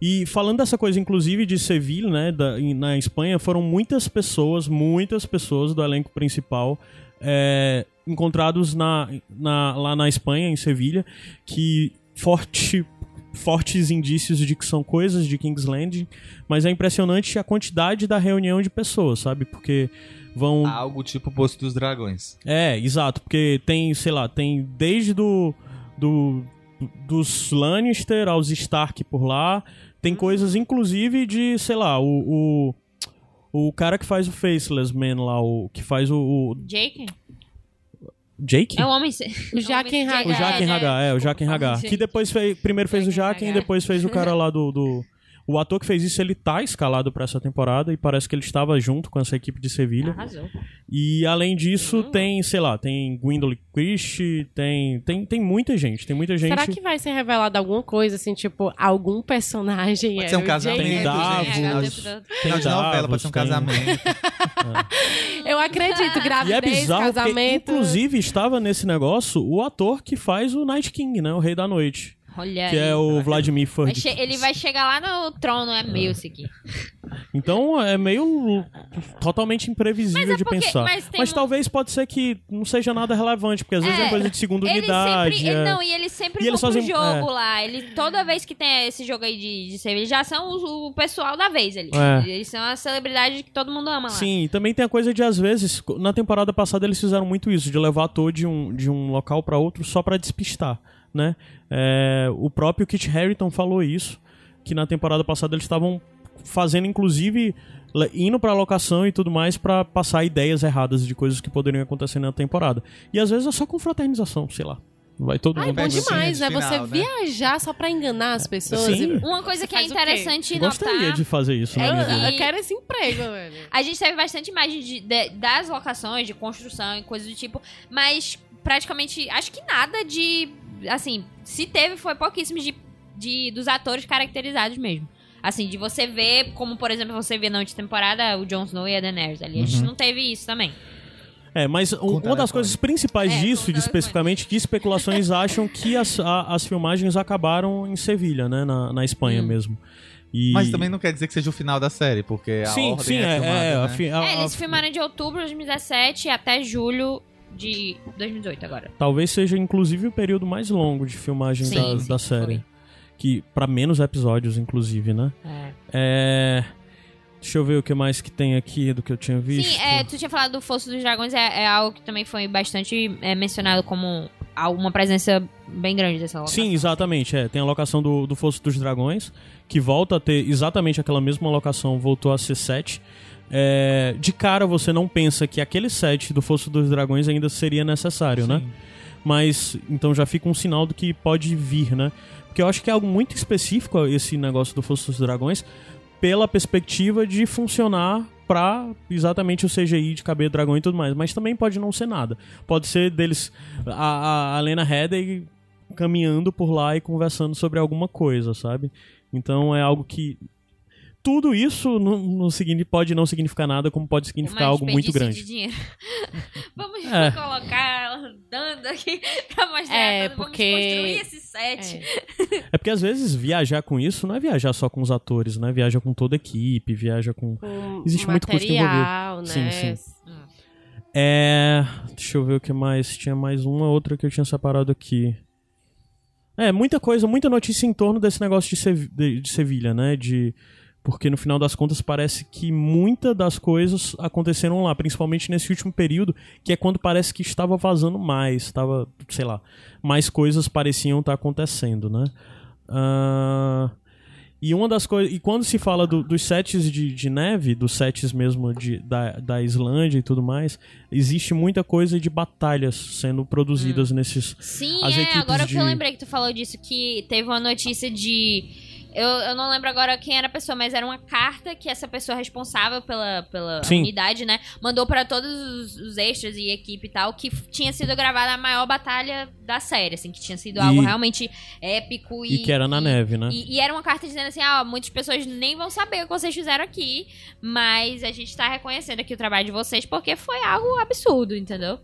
E falando dessa coisa, inclusive, de Sevilha, né? da- em- na Espanha, foram muitas pessoas, muitas pessoas do elenco principal é, encontrados na, na- lá na Espanha, em Sevilha, que forte fortes indícios de que são coisas de King's Landing, mas é impressionante a quantidade da reunião de pessoas, sabe? Porque vão Algo tipo o Poço dos Dragões. é, exato, porque tem, sei lá, tem desde do, do dos Lannister aos Stark por lá, Hum. tem coisas inclusive de, sei lá, o, o o cara que faz o Faceless Man lá, o que faz o, o Jake? Jake? É o homem. O Jaquen Homem- O Hagar. É, Jaquen né? Hagar, é, o Jaquen Desculpa, Hagar. gente. Que depois fez, primeiro fez o Jaquen Jaquen e Hagar. depois fez o cara lá do, do. O ator que fez isso, ele tá escalado pra essa temporada e parece que ele estava junto com essa equipe de Sevilha. Arrasou. E além disso, Uhum. tem, sei lá, tem Gwendolyn Christie, tem, tem, tem muita gente, tem muita gente. Será que vai ser revelado alguma coisa, assim, tipo, algum personagem Pode era ser um o casamento, Jaime? Tem Davos. É, a dupla- tem Final de novela, Davos, pode ser um tem- casamento. Eu acredito, E é gravidez, bizarro porque, casamento. inclusive, estava nesse negócio o ator que faz o Night King, né? O Rei da Noite. Olha que aí. é o Vladimir Vai Furg. che- ele vai chegar lá no trono, é meu isso aqui. Então é meio totalmente imprevisível Mas é de porque- pensar. tá mas tem um- talvez pode ser que não seja nada relevante, porque às vezes É. é coisa de segunda Ele unidade. sempre. é. Ele, não, e eles sempre E vão eles pro fazem- é. jogo lá. Ele, toda vez que tem esse jogo aí de, de cerveja, já são os- o, pessoal da vez ali. É. Eles são a celebridade que todo mundo ama lá. Sim, e também tem a coisa de, às vezes, co- na temporada passada eles fizeram muito isso, de levar ator de um, de um local pra outro só pra despistar, né? É, o próprio Kit Harington falou isso, que na temporada passada eles estavam fazendo, inclusive, le- indo pra locação e tudo mais pra passar ideias erradas de coisas que poderiam acontecer na temporada. E às vezes é só com fraternização, sei lá. Vai todo Ai, mundo. bom Pega o demais, né? seguinte Você final, né? viajar só pra enganar as pessoas. Sim. E- Uma coisa que é Faz o quê? interessante Gostaria notar. de fazer isso Eu, na minha vida. eu quero esse emprego, velho. A gente teve bastante imagem de- de- das locações, de construção e coisas do tipo, mas praticamente acho que nada de. Assim, se teve, foi pouquíssimo de, de- dos atores caracterizados mesmo. Assim, de você ver, como por exemplo você vê na última temporada o Jon Snow e a Daenerys ali. A gente Uhum. não teve isso também. É, mas um- uma das telefone. coisas principais É, com disso, de telefone. especificamente, que especulações acham que as, a- as filmagens acabaram em Sevilha, né? Na, na Espanha Hum. mesmo. E... Mas também não quer dizer que seja o final da série, porque a Sim, ordem sim, é, é. filmada, é, né? a fi- a- é, eles a- filmaram de outubro de 2017 até julho de 2018 agora. Talvez seja, inclusive, o período mais longo de filmagem Sim, da, sim, da série. Que, pra menos episódios, inclusive, né? É. Deixa eu ver o que mais que tem aqui do que eu tinha visto. Sim, é, tu tinha falado do Fosso dos Dragões, é, é algo que também foi bastante é, mencionado como a- uma presença bem grande dessa locação. Sim, exatamente. É. Tem a locação do, do Fosso dos Dragões, que volta a ter exatamente aquela mesma locação, voltou a ser 7. É, de cara você não pensa que aquele set do Fosso dos Dragões ainda seria necessário, né? Mas então já fica um sinal do que pode vir, né? Porque eu acho que é algo muito específico esse negócio do Fosso dos Dragões, pela perspectiva de funcionar pra exatamente o CGI de caber dragão e tudo mais. Mas também pode não ser nada. Pode ser deles, a, a, a Lena Headey caminhando por lá e conversando sobre alguma coisa, sabe? Então é algo que. Tudo isso não, não signi- pode não significar nada, como pode É Uma significar algo muito grande. desperdício de dinheiro. Vamos É. colocar ela andando aqui pra mostrar É, tudo. porque- Vamos construir esse set. É. É porque às vezes viajar com isso não é viajar só com os atores, né? Viaja com toda a equipe, viaja com. Com Existe muito custo um material, envolvido. né? Sim, É. Deixa eu ver o que mais. Tinha mais uma outra que eu tinha separado aqui. É, muita coisa, muita notícia em torno desse negócio de, Sevi- de- de Sevilha, né? De. Porque no final das contas parece que muita das coisas aconteceram lá, principalmente nesse último período, que é quando parece que estava vazando mais, estava, sei lá, mais coisas pareciam estar acontecendo, né? Ah, e uma das coisas. E quando se fala do- dos sets de, de neve, dos sets mesmo de, da, da Islândia e tudo mais, existe muita coisa de batalhas sendo Hum. produzidas nesses. Sim, As é, equipes agora que eu de- lembrei que tu falou disso, que teve uma notícia de. Eu, eu não lembro agora quem era a pessoa, mas era uma carta que essa pessoa responsável pela, pela Sim. unidade, né? Mandou pra todos os, os extras e equipe e tal, que f- tinha sido gravada a maior batalha da série, assim, que tinha sido algo E- realmente épico E, e. que era na e- neve, né? E, e era uma carta dizendo assim: ah, ó, muitas pessoas nem vão saber o que vocês fizeram aqui, mas a gente tá reconhecendo aqui o trabalho de vocês porque foi algo absurdo, entendeu?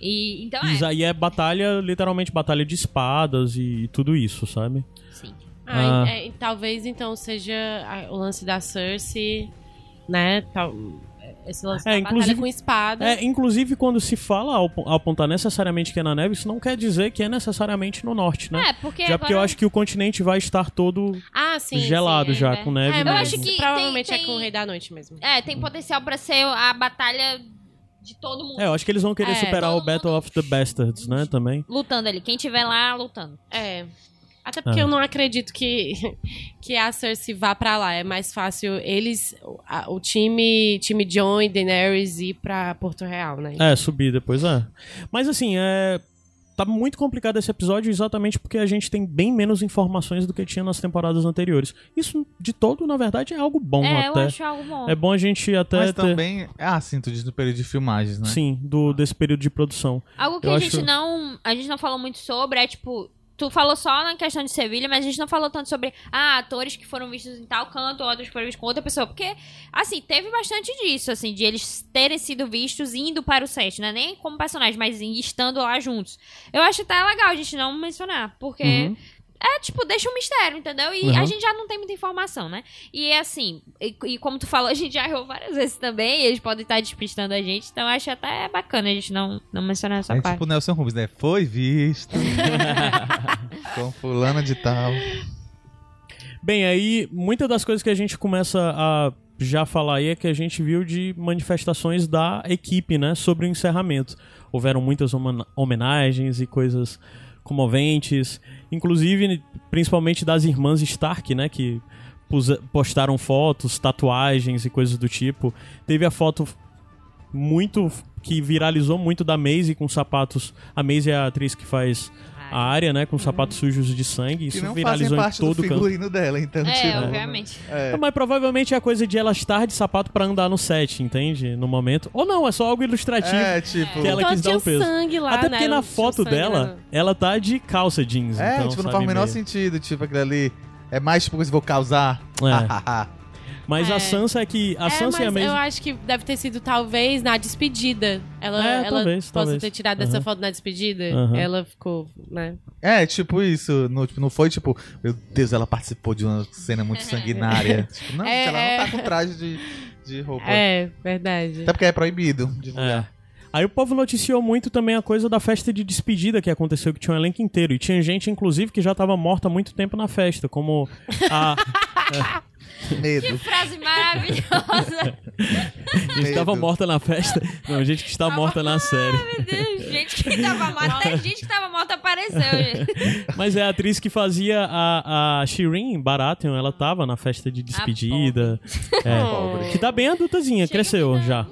E então E é. aí é batalha, literalmente batalha de espadas e, tudo isso, sabe? Sim. Ah, Ah. é, e talvez então seja a- o lance da Cersei, né? Tal- esse lance É, da inclusive- batalha com espada. É, inclusive quando se fala ao, ao apontar necessariamente que é na neve, isso não quer dizer que é necessariamente no norte, né? É, porque já agora... porque eu acho que o continente vai estar todo ah, sim. gelado sim, já, é. com neve né? É, mesmo. mas acho mesmo. que provavelmente tem- é com o Rei da Noite mesmo. É, tem potencial pra ser a batalha de todo mundo É, eu acho que eles vão querer É, superar todo o Battle of the Bastards, né, também. lutando ali. Quem tiver lá, lutando. É. Até porque Ah. eu não acredito que, que a Cersei vá pra lá. É mais fácil eles, a- o time, time John e Daenerys ir pra Porto Real, né? É, subir depois, é. Mas assim, é... Tá muito complicado esse episódio exatamente porque a gente tem bem menos informações do que tinha nas temporadas anteriores. Isso, de todo, na verdade, é algo bom é, eu até. acho algo bom. É bom a gente até Mas ter... também. Ah, sim, tu diz no período de filmagens, né? Sim, do, desse período de produção. Algo que eu a acho- gente não. A gente não falou muito sobre, é tipo. Tu falou só na questão de Sevilha, mas a gente não falou tanto sobre ah, atores que foram vistos em tal canto, outros que foram vistos com outra pessoa. Porque, assim, teve bastante disso, assim, de eles terem sido vistos indo para o set, né? Nem como personagem, mas em- estando lá juntos. Eu acho até legal a gente não mencionar, porque Uhum. É, tipo, deixa um mistério, entendeu? E Uhum. a gente já não tem muita informação, né? E é assim, e, e como tu falou, a gente já errou várias vezes também, e eles podem estar despistando a gente, então eu acho até bacana a gente não, não mencionar essa É parte. tipo o Nelson Rubens, né? Foi visto. com fulana de tal. Bem, aí, muitas das coisas que a gente começa a já falar aí é que a gente viu de manifestações da equipe, né, sobre o encerramento. Houveram muitas homen- homenagens e coisas comoventes, inclusive, principalmente das irmãs Stark, né, que pusa- postaram fotos, tatuagens e coisas do tipo. Teve a foto muito que viralizou muito da Maisie com sapatos. A Maisie é a atriz que faz Ah, a área, né, com sapatos sujos de sangue. Isso que não fazem viralizou em parte do todo o canto. figurino dela, então, É, tipo, né? obviamente. É. É, Mas provavelmente é a coisa de ela estar de sapato pra andar no set, entende? No momento. Ou não, é só algo ilustrativo É, tipo. que ela então quis dar tinha o peso. sangue lá, Até né? porque Ela na tinha foto sangue, dela, né? ela tá de calça jeans. É, então, tipo, não sabe, faz o menor meio- sentido, tipo, aquilo ali. É mais, tipo, coisa que eu vou causar. É. Mas a É. Sansa é que. A É, Sansa é a mas eu mesma. acho que deve ter sido, talvez, na despedida. Ela, É, ela talvez, possa talvez. ter tirado Aham. essa foto na despedida. Aham. Ela ficou, né? É, tipo isso. No, tipo, não foi tipo, meu Deus, ela participou de uma cena muito sanguinária. Tipo, não, É, gente, ela é. não tá com traje de, de roupa. É, verdade. Até porque é proibido divulgar. É. Aí o povo noticiou muito também a coisa da festa de despedida que aconteceu, que tinha um elenco inteiro. E tinha gente, inclusive, que já tava morta há muito tempo na festa, como a. Que Medo. frase maravilhosa! gente tava Medo. morta na festa. Não, gente que está Tava- morta na série. Meu Deus, gente que tava morta, até gente que tava morta apareceu, gente. Mas é a atriz que fazia a, a Shirin Baratheon, ela tava na festa de despedida. É, Pobre. que tá bem adultazinha, Chega cresceu que dá. já.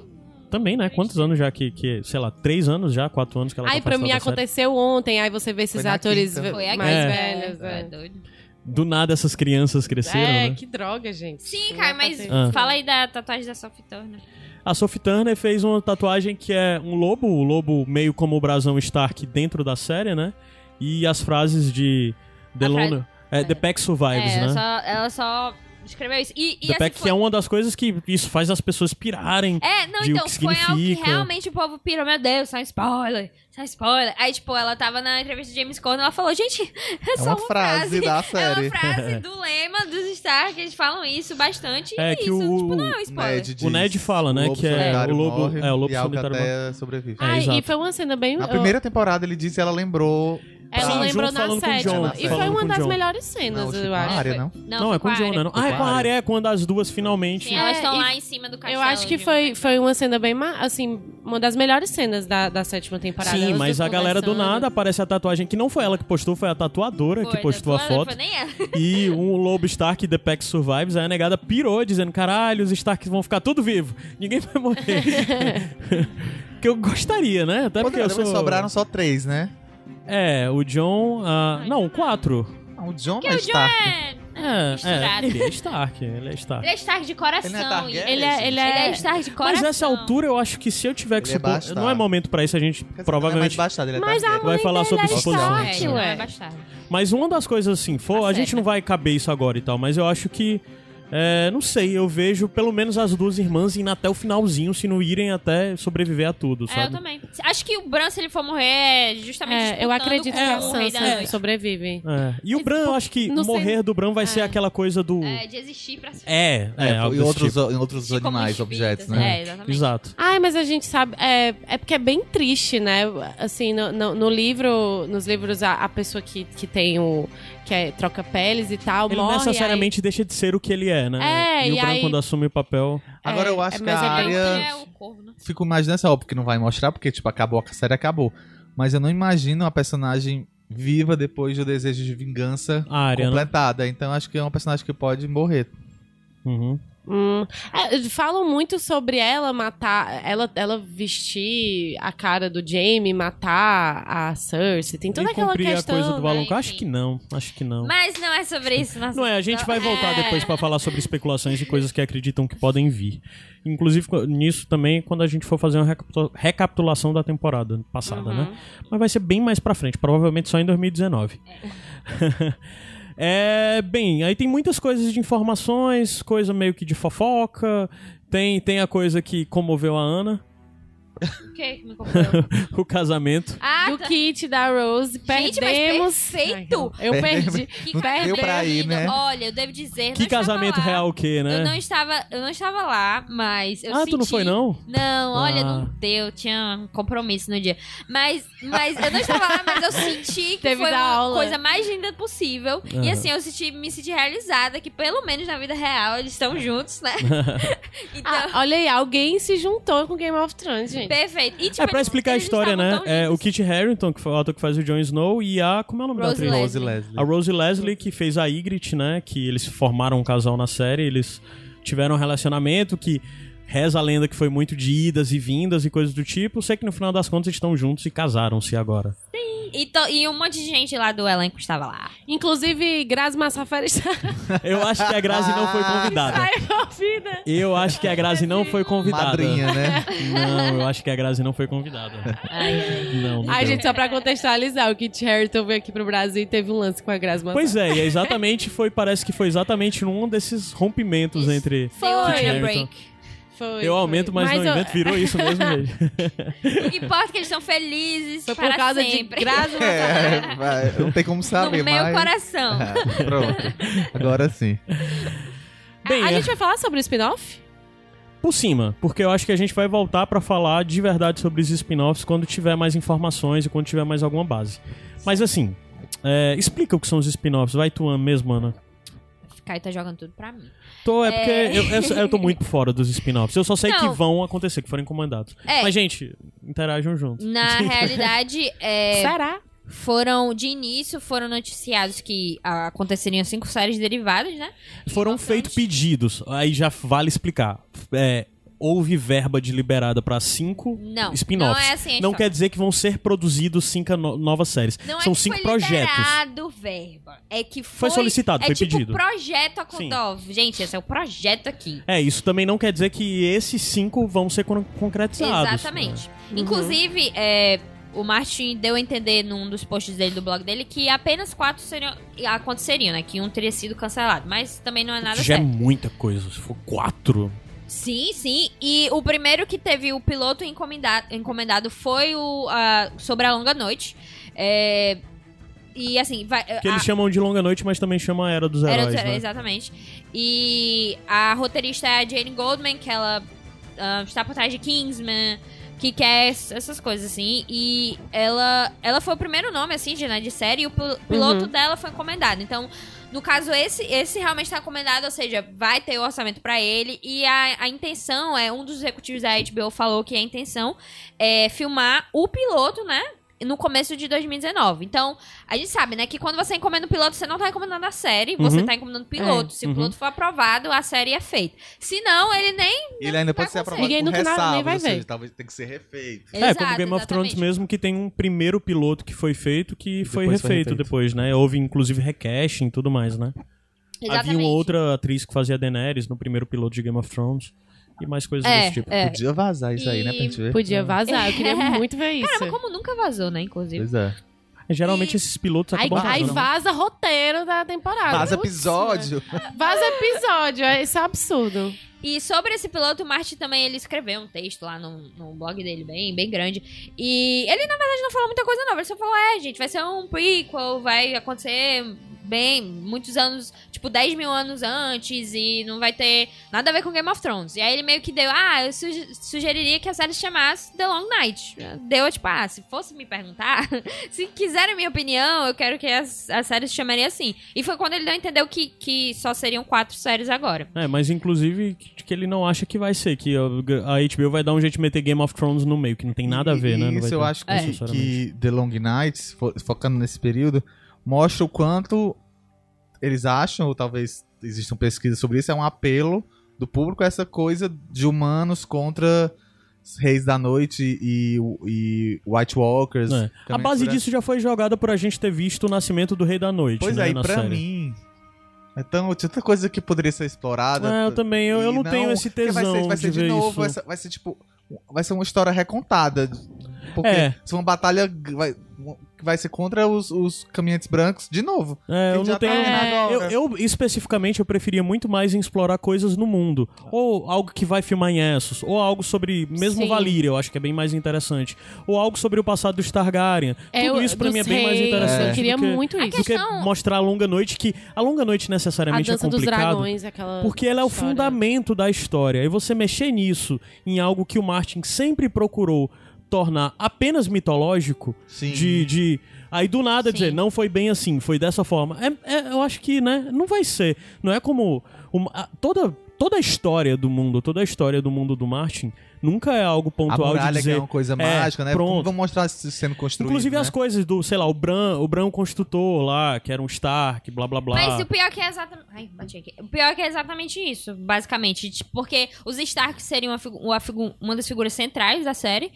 Também, né? Quantos anos já que, que sei lá, três anos já, quatro anos que ela Aí tá pra mim afastada da série? aconteceu ontem, aí você vê esses Foi na atores quinta. ve- Foi aqui. mais É. velhos. É, É, doido. Do nada essas crianças cresceram, É, né? que droga, gente. Sim, Não cara, dá pra mas ter- Ah. fala aí da tatuagem da Sophie Turner. A Sophie Turner fez uma tatuagem que é um lobo, o lobo meio como o brasão Stark dentro da série, né? E as frases de The A frase- Lone- é, The Pack Survives, né? é, ela, só, ela só escreveu isso. E, e The assim, Pack foi- que é uma das coisas que isso faz as pessoas pirarem. É, não, de o então, que foi algo que significa. realmente o povo pirou. Meu Deus, sai spoiler, sai spoiler. Aí, tipo, ela tava na entrevista de James Corden, ela falou, gente, é É só uma uma frase da É série. uma frase do lema dos Stark, eles falam isso bastante. É, e que isso, o- tipo, não é um spoiler. Ned diz, O Ned fala, né, "O lobo que é solitário o lobo- morre é, o lobo e a solitário Alcateia sobrevive. É, Ah, e exato. foi uma cena bem. Na primeira temporada ele disse, ela lembrou. Ela Sim, lembrou junto na falando com o sétima. John, e foi falando uma com o das John. melhores cenas, não, tipo, ah, eu acho. área, não? Não, Não, foi é com o John, Arya. né? Não. Ah, é com a Claro. área, é quando as duas finalmente. Sim, elas É, estão e- lá em cima do castelo. Eu acho que de- É, foi, foi uma cena bem, ma- assim, uma das melhores cenas da, da sétima temporada. Sim, Elas mas duas a galera do conversando. nada aparece a tatuagem, que não foi ela que postou, foi a tatuadora Foi, que postou a não foi- foto. Foi nem ela. E um Lobo Stark The Pack Survives, aí a negada pirou, dizendo: caralho, os Starks vão ficar tudo vivo, ninguém vai morrer. que eu gostaria, né? Até porque eu Poderia, sou... mas sobraram só três, né? É, o John. ah, Ai, não, quatro. Ah, O John Porque não o John está. é... É, é, Misturado. ele é Stark, ele é Stark. Ele é Stark de coração. Ele não é Targaryen, ele, gente? é, ele, é... ele é Stark de coração. Mas nessa altura eu acho que se eu tiver que Ele é supor. bastardo. não é momento pra isso, a gente Quer dizer, não é mais provavelmente baixado, ele é Mas a Targaryen. vai mãe falar dele sobre é suposições. Stark, É, ué. não é bastardo. Mas uma das coisas assim, for, Tá a gente certo. não vai caber isso agora e tal, mas eu acho que. é, não sei, eu vejo pelo menos as duas irmãs indo até o finalzinho, se não irem até sobreviver a tudo, É, eu sabe? também. Acho que o Bran, se ele for morrer, é justamente É, eu disputando acredito com que a o Rei da Sansa Noite. sobrevive. É. E o Mas, Bran, pô, eu acho que não sei- morrer do Bran vai ser É. aquela coisa do. É, É, de existir pra ser. é, algo e desse outros, tipo. e outros animais, objetos, né? É, exatamente. Exato. Ai, mas a gente sabe. É, é porque é bem triste, né? Assim, no, no- no livro, nos livros, a, a pessoa que, que tem o. que é, troca peles e tal, Ele morre. necessariamente deixa de ser o que ele é, né? É, e o e Bran, aí- quando assume o papel. aí- Agora é, eu acho que mas a é bem- Ele área- é o corvo, né? Fico imaginando essa óbvio que não vai mostrar, porque, tipo, acabou, a série acabou. Mas eu não imagino a personagem viva depois do desejo de vingança A área, né? completada. Então acho que é uma personagem que pode morrer. Uhum. Hum. É, falam muito sobre ela matar, ela, ela vestir a cara do Jamie, matar a Cersei, tem toda e aquela cumprir questão. a coisa do né? Valonqua? Acho Enfim. que não, acho que não. Mas não é sobre isso. Nossa. Não é, a gente vai voltar É. depois pra falar sobre especulações e coisas que acreditam que podem vir. Inclusive co- nisso também quando a gente for fazer uma recapitu- recapitulação da temporada passada, Uhum. né? Mas vai ser bem mais pra frente, provavelmente só em 2019. É, bem, aí tem muitas coisas de informações, coisa meio que de fofoca, tem tem a coisa que comoveu a Ana. O que que me comprou? o casamento. Ah, do tá. kit da Rose. Gente, mas Perdemos. perfeito. Ai, eu perdi. Que Não deu casamento pra ir, lindo. né? Olha, eu devo dizer. não Que estava casamento lá. real o quê, né? Eu não estava, eu não estava lá, mas eu ah, senti. tu não foi, não? Não, olha, Ah. não deu, tinha um compromisso no dia. Mas, mas eu não estava lá, mas eu senti que Teve foi da uma aula. né? coisa mais linda possível. E Aham. assim, eu senti, me senti realizada que pelo menos na vida real eles estão juntos, né? Então, Ah, olha aí, alguém se juntou com Game of Thrones, gente. perfeito. E, tipo, é pra eles- explicar a eles história, né? estavam tão É o lindos. Kit Harington, que foi o ator que faz o Jon Snow, e a. Como é o nome da Rose atriz? Leslie. Rose Leslie. A Rose Leslie, que fez a Ygritte, né? Que eles formaram um casal na série, eles tiveram um relacionamento que reza a lenda que foi muito de idas e vindas e coisas do tipo. Sei que no final das contas eles estão juntos e casaram-se agora. E, to- e um monte de gente lá do elenco estava lá. Inclusive, Grazi Massafera está Eu acho que a Grazi não foi Ah, convidada. envolvida. Eu acho que a Grazi não foi convidada. Madrinha, né? Não, eu acho que a Grazi não foi convidada. Não, não Ai, deu. gente, só pra contextualizar, o Kit Harington veio aqui pro Brasil e teve um lance com a Grazi Massafera. Pois é, e é exatamente foi, parece que foi exatamente num desses rompimentos entre. Foi o Kit William Harington. Break. Foi, Eu aumento, mas, não eu- invento, virou isso mesmo, gente. O que importa é que eles são felizes Foi por para causa sempre. de Grazi Massafera. É, vai, não tem como no saber, meu mas... coração. Ah, pronto. Agora sim. Bem, a, a é. gente vai falar sobre o spin-off? Por cima, porque eu acho que a gente vai voltar pra falar de verdade sobre os spin-offs quando tiver mais informações e quando tiver mais alguma base. Mas assim, é, explica o que são os spin-offs. Vai tu, Ana, mesmo, Ana. Caio tá jogando tudo pra mim. Tô, é É. porque Eu, eu, eu tô muito por fora dos spin-offs. Eu só sei Não. que vão acontecer, que foram encomendados. É. Mas, gente, interajam juntos. Na realidade, é, Será? foram de início foram noticiados que ah, aconteceriam cinco séries derivadas, né? Foram Importante. feitos pedidos, aí já vale explicar. É, houve verba de liberada pra cinco Não, spin-offs. não é assim a Não história. quer dizer que vão ser produzidos cinco no- novas séries. Não São é que cinco foi projetos. liberado verba, é que Foi foi, solicitado, é foi tipo pedido. projeto Sim. acontece. Gente, esse é o projeto aqui. É, isso também não quer dizer que esses cinco vão ser con- concretizados. Exatamente. Uhum. Inclusive, é, o Martin deu a entender num dos posts dele do blog dele que apenas quatro seriam, aconteceriam, né? Que um teria sido cancelado, mas também não é nada Isso já certo. é muita coisa. Se for quatro. Sim, sim. E o primeiro que teve o piloto encomendado, encomendado foi o a- sobre a longa noite. É, e assim, vai. Que a- eles chamam de Longa Noite, mas também chamam a Era dos Heróis. era dos heróis, né? Exatamente. E a roteirista é a Jane Goldman, que ela ah, está por trás de Kingsman, que quer es- essas coisas, assim. E ela, ela foi o primeiro nome, assim, de, né, de série, e o pil- piloto Uhum. dela foi encomendado. Então, no caso, esse, esse realmente está encomendado, ou seja, vai ter o orçamento para ele. E a, a intenção é, um dos executivos da HBO falou que a intenção é filmar o piloto, né? No começo de 2019. Então, a gente sabe, né, que quando você encomenda o piloto, você não tá encomendando a série, você Uhum. tá encomendando o piloto. Se uhum. o piloto for aprovado, a série é feita. Se não, tá ele nem. E ele ainda pode Vai ser acontecer. aprovado Ninguém com no final nem ressalvas, vai ou seja, ver. talvez tenha que ser refeito. é, como Game of Thrones mesmo, que tem um primeiro piloto que foi feito, que foi refeito, depois foi refeito. depois, né? Houve, inclusive, recasting e tudo mais, né? Havia uma outra atriz que fazia Daenerys no primeiro piloto de Game of Thrones. E mais coisas É, desse tipo. é. Podia vazar isso aí, né, pra E- gente ver. Podia vazar, eu queria muito ver isso. Caramba, como nunca vazou, né, inclusive. Pois é. Geralmente E- esses pilotos Aí, acabam né? aí vazando. vaza roteiro da temporada. né? Vaza Ah, Putz, episódio. né? Vaza episódio, é- isso é um absurdo. E sobre esse piloto, o Martin também ele escreveu um texto lá no, no blog dele, bem, bem grande. E ele, na verdade, não falou muita coisa nova. Ele só falou, é, gente, vai ser um prequel, vai acontecer bem, muitos anos, tipo, 10 mil anos antes, e não vai ter nada a ver com Game of Thrones. E aí ele meio que deu, ah, eu suge- sugeriria que a série se chamasse The Long Night. Deu, tipo, ah, se fosse me perguntar, se quiserem minha opinião, eu quero que a, a série se chamaria assim. E foi quando ele deu a entender que, que só seriam quatro séries agora. É, mas inclusive que que ele não acha que vai ser, que a a HBO vai dar um jeito de meter Game of Thrones no meio, que não tem nada a ver, E- né? Não e vai Isso eu ter, acho que, É. necessariamente. que The Long Nights, fo- focando nesse período, mostra o quanto eles acham, ou talvez existam pesquisas sobre isso, é um apelo do público a essa coisa de humanos contra os Reis da Noite e, o- e White Walkers. É. A Também base por- disso já foi jogada por a gente ter visto o nascimento do Rei da Noite, Pois né, é, e na pra série. mim. Então, tinha tanta coisa que poderia ser explorada. É, eu também, eu, eu E não, tenho esse porque tesão vai ser, vai ser de ver novo, isso. Vai, ser, vai ser tipo. Vai ser uma história recontada. Porque É. se for uma batalha g- vai, vai ser contra os, os caminhantes brancos de novo. É, eu Ele não já tenho. tá lá na eu, Uhum. hora. eu, especificamente eu preferia muito mais em explorar coisas no mundo. Ou algo que vai filmar em Essos, ou algo sobre mesmo Sim. Valíria, eu acho que é bem mais interessante. Ou algo sobre o passado dos Targaryen. Tudo eu- isso pra dos mim é bem mais reis, interessante. Eu queria do que, muito do isso. que é questão- mostrar a longa noite, que a longa noite A necessariamente é dança dos complicado. dragões, aquela. Porque ela é o história. fundamento da história. E você mexer nisso, em algo que o Martin sempre procurou tornar apenas mitológico, Sim. de, de- Aí do nada Sim. dizer, não foi bem assim, foi dessa forma. É, é- eu acho que, né, não vai ser. Não é como. uma- a- toda, toda a história do mundo, toda a história do mundo do Martin, nunca é algo A pontual de muralha que dizer. é uma coisa mágica, né? pronto. Como Vão mostrar isso sendo construído. Inclusive né? as coisas do, sei lá, o Bran, o Bran construtor lá, que era um Stark, blá blá blá. Mas o pior que é exatamente. Ai, bati aqui. O pior que é exatamente isso, basicamente. Tipo, Porque os Stark seriam a figu- uma, figu- uma das figuras centrais da série.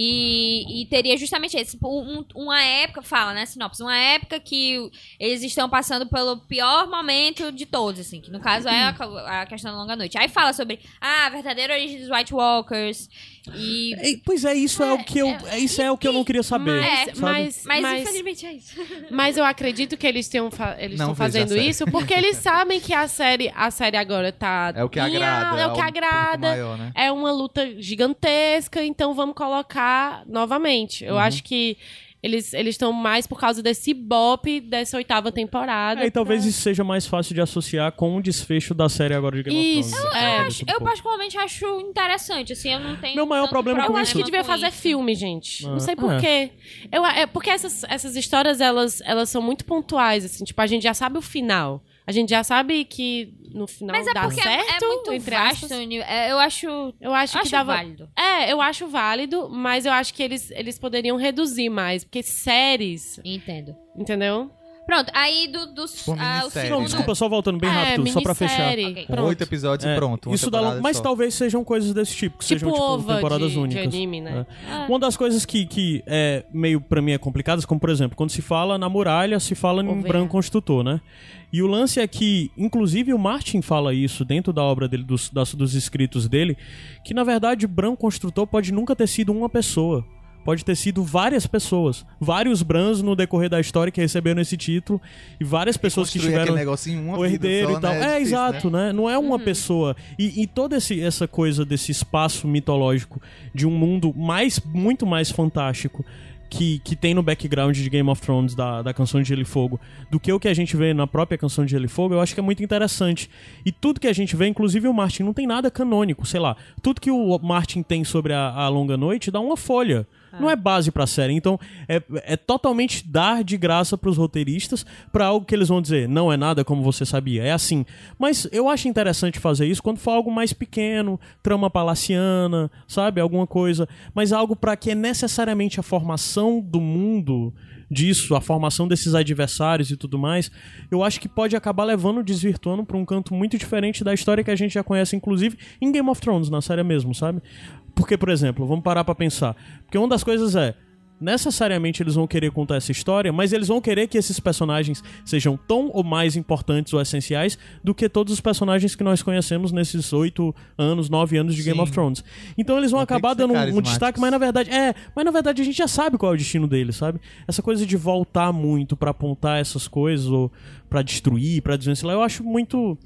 E, e teria justamente esse. tipo, Um, uma época, fala, né, Sinopse? Uma época que eles estão passando pelo pior momento de todos, assim. Que no caso é a, a questão da longa noite. Aí fala sobre ah, a verdadeira origem dos White Walkers. E. É, Pois é, isso é, o que eu. é, Isso é o que eu não queria saber. mas- sabe? Mas, Mas, mas, infelizmente é isso. Tá Mas eu acredito que eles tenham fa- eles Não estão vejo a fazendo série. isso porque eles sabem que a série a série agora tá É o que em agrada. alta, é o que ao público agrada. Maior, né? É uma luta gigantesca, então vamos colocar novamente. Eu Uhum. acho que eles eles estão mais por causa desse bop dessa oitava temporada. Aí É, talvez isso seja mais fácil de associar com o desfecho da série agora de Game Isso, of Thrones. eu É, Acho- Eu particularmente acho interessante, assim, eu não tenho. Meu maior tanto problema com Então, Eu acho isso. que devia com fazer isso. filme, gente. Ah, Não sei por é. quê. Eu, é, porque essas, essas histórias, elas, elas são muito pontuais, assim. Tipo, a gente já sabe o final. A gente já sabe que no final Mas é Então dá porque é- certo, é muito entre vasto. aspas. o nível- é, Eu acho, Eu acho, acho que dava... válido. É, eu acho válido, mas eu acho que eles, eles poderiam reduzir mais. Porque séries, Entendo. entendeu? Pronto, aí do, dos. Tipo, ah, o minissérie, segundo. Não, né? desculpa, só voltando bem É, rápido, só pra fechar. minissérie. Ok. Com Pronto. oito episódios É, e pronto. uma isso dá temporada lo- Mas só. talvez sejam coisas desse tipo, que Tipo, sejam tipo, ova temporadas de, de únicas. anime, né? Ah, Uma das coisas que, que é meio pra mim é complicadas, como por exemplo, quando se fala na muralha, se fala em Ovelha. branco construtor, né? E o lance é que, inclusive, o Martin fala isso dentro da obra dele, dos, das- dos escritos dele, que na verdade branco construtor pode nunca ter sido uma pessoa. Pode ter sido várias pessoas, vários brans no decorrer da história que receberam esse título e várias pessoas que Construir tiveram aquele negócio em uma o vida herdeiro só, e tal. né? É, difícil, exato, né? né? Não é uma pessoa. E, e toda esse- essa coisa desse espaço mitológico de um mundo mais, muito mais fantástico. Que, que tem no background de Game of Thrones da, da canção de Gelo e Fogo, do que o que a gente vê na própria canção de Gelo e Fogo, eu acho que é muito interessante. E tudo que a gente vê, inclusive o Martin, não tem nada canônico, sei lá. Tudo que o Martin tem sobre a, a Longa Noite dá uma folha. Não é base pra série. Então, é, é totalmente dar de graça pros roteiristas pra algo que eles vão dizer, não é nada como você sabia, é assim. Mas eu acho interessante fazer isso quando for algo mais pequeno, trama palaciana, sabe? Alguma coisa. Mas algo pra que é necessariamente a formação do mundo disso, a formação desses adversários e tudo mais, eu acho que pode acabar levando, desvirtuando pra um canto muito diferente da história que a gente já conhece, inclusive em Game of Thrones, na série mesmo, sabe? Porque, por exemplo, vamos parar pra pensar. Porque uma das coisas é. Necessariamente eles vão querer contar essa história, mas eles vão querer que esses personagens sejam tão ou mais importantes ou essenciais do que todos os personagens que nós conhecemos nesses oito anos, nove anos de Game Sim. of Thrones. Então eles vão Vão ter que acabar ser dando um- um carismáticos. destaque, mas na verdade. É, mas na verdade a gente já sabe qual é o destino deles, sabe? Essa coisa de voltar muito pra apontar essas coisas, ou pra destruir, pra desvencilhar, eu acho muito.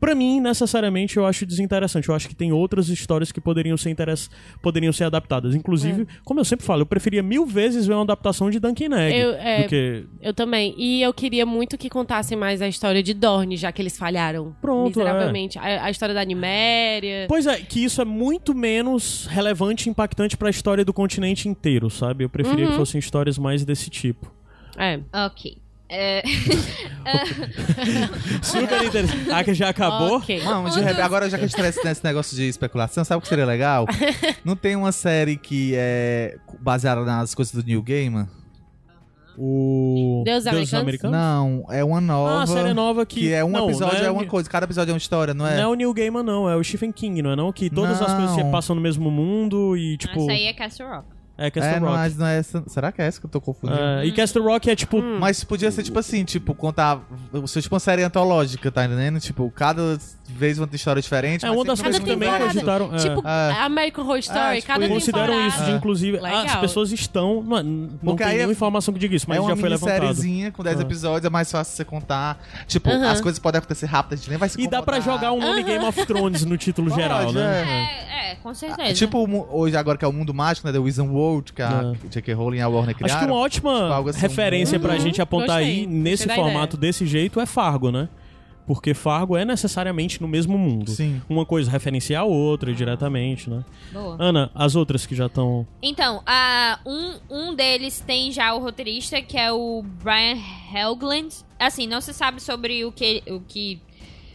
Pra mim, necessariamente, eu acho desinteressante. Eu acho que tem outras histórias que poderiam ser interess... poderiam ser adaptadas. É. Inclusive, como eu sempre falo, eu preferia mil vezes ver uma adaptação de Duncan Egg Eu- é. do que. Eu também. E eu queria muito que contassem mais a história de Dorne, já que eles falharam Pronto, é. miseravelmente. A, a história da Niméria. Pois é, que isso é muito menos relevante e impactante pra história do continente inteiro, sabe? Eu preferia Uhum. que fossem histórias mais desse tipo. É. Ok. É, Super interessante. Ah, que já acabou? Ok. Não, mas de Um rep- dos- agora já que a gente tá nesse- nesse negócio de especulação, sabe o que seria legal? Não tem uma série que é baseada nas coisas do New Gaiman? O. Deus Americanos? Não, é uma nova. é Ah, a série nova que. que, é um não, não episódio, é, uma o- coisa. Cada episódio é uma história, não Não é? é o Neil Gaiman, não, é o Stephen King, não é não? Que todas as Não. Ah, coisas se passam no mesmo mundo e, tipo. Essa aí é Castle Rock. É, Castle É, Rock. mas não é essa. Será que é essa que eu tô confundindo? É, e Castle Rock é tipo. Hum. Mas podia ser tipo assim, tipo, contar. Ser tipo uma série antológica, tá entendendo? Tipo, cada vez uma história diferente. É mas uma das sempre coisas no que Cada mesmo também contexto. temporada. cogitaram. é. Tipo, É. American Horror Story, tipo cada isso. Consideram temporada. isso, É. inclusive. ah, Legal. As pessoas estão. Não, não Porque tem aí é- nenhuma informação que diga isso, mas é uma já foi levantado. minissériezinha com 10 Ah. episódios, é mais fácil você contar. Tipo, Aham. as coisas podem acontecer rápido, a gente nem vai se E dá pra jogar um nome Game of Thrones no título Pode, geral, né? É, é, com certeza. É tipo, o mu- hoje agora que é o mundo mágico, né? The Wizard World, que a J.K. Rowling e a Warner criaram. Acho que uma Tipo, ótima algo assim, referência pra muito- gente apontar Gostei. aí nesse Gostei da formato desse jeito é Fargo, né? Porque Fargo é necessariamente no mesmo mundo. Sim. Uma coisa referencia a outra diretamente, né? Boa. Ana, as outras que já estão. Então, ah, um, um deles tem já o roteirista, que é o Brian Helgeland. Assim, não se sabe sobre o que, o que,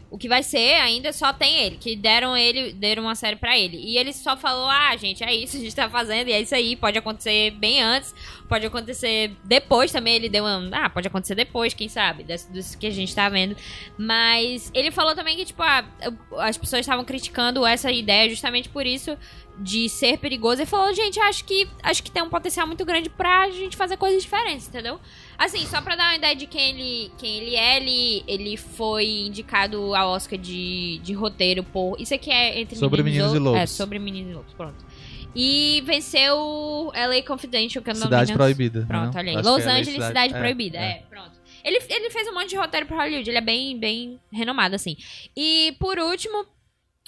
o que vai ser ainda, só tem ele. Que deram ele, deram uma série pra ele. E ele só falou, ah, gente, é isso, a gente tá fazendo, e é isso aí. Pode acontecer bem antes, pode acontecer depois também. Ele deu um, ah, pode acontecer depois, quem sabe, desse- disso que a gente tá vendo. Mas ele falou também que, tipo, ah, as pessoas estavam criticando essa ideia justamente por isso de ser perigoso. Ele falou, gente, acho que acho que tem um potencial muito grande pra gente fazer coisas diferentes, entendeu? Assim, só pra dar uma ideia de quem ele, quem ele é, ele, ele foi indicado ao Oscar de, de roteiro por. Isso aqui é entre Sobre Meninos e Lou- É, Lobos. sobre Meninos e Lobos, pronto. E venceu o LA Confidential, que é o nome Cidade Proibida. Pronto, né? olha aí. Acho que Los é a Angeles, Cidade, Proibida. É, pronto. Ele, ele fez um monte de roteiro pra Hollywood. Ele é bem, bem renomado, assim. E, por último,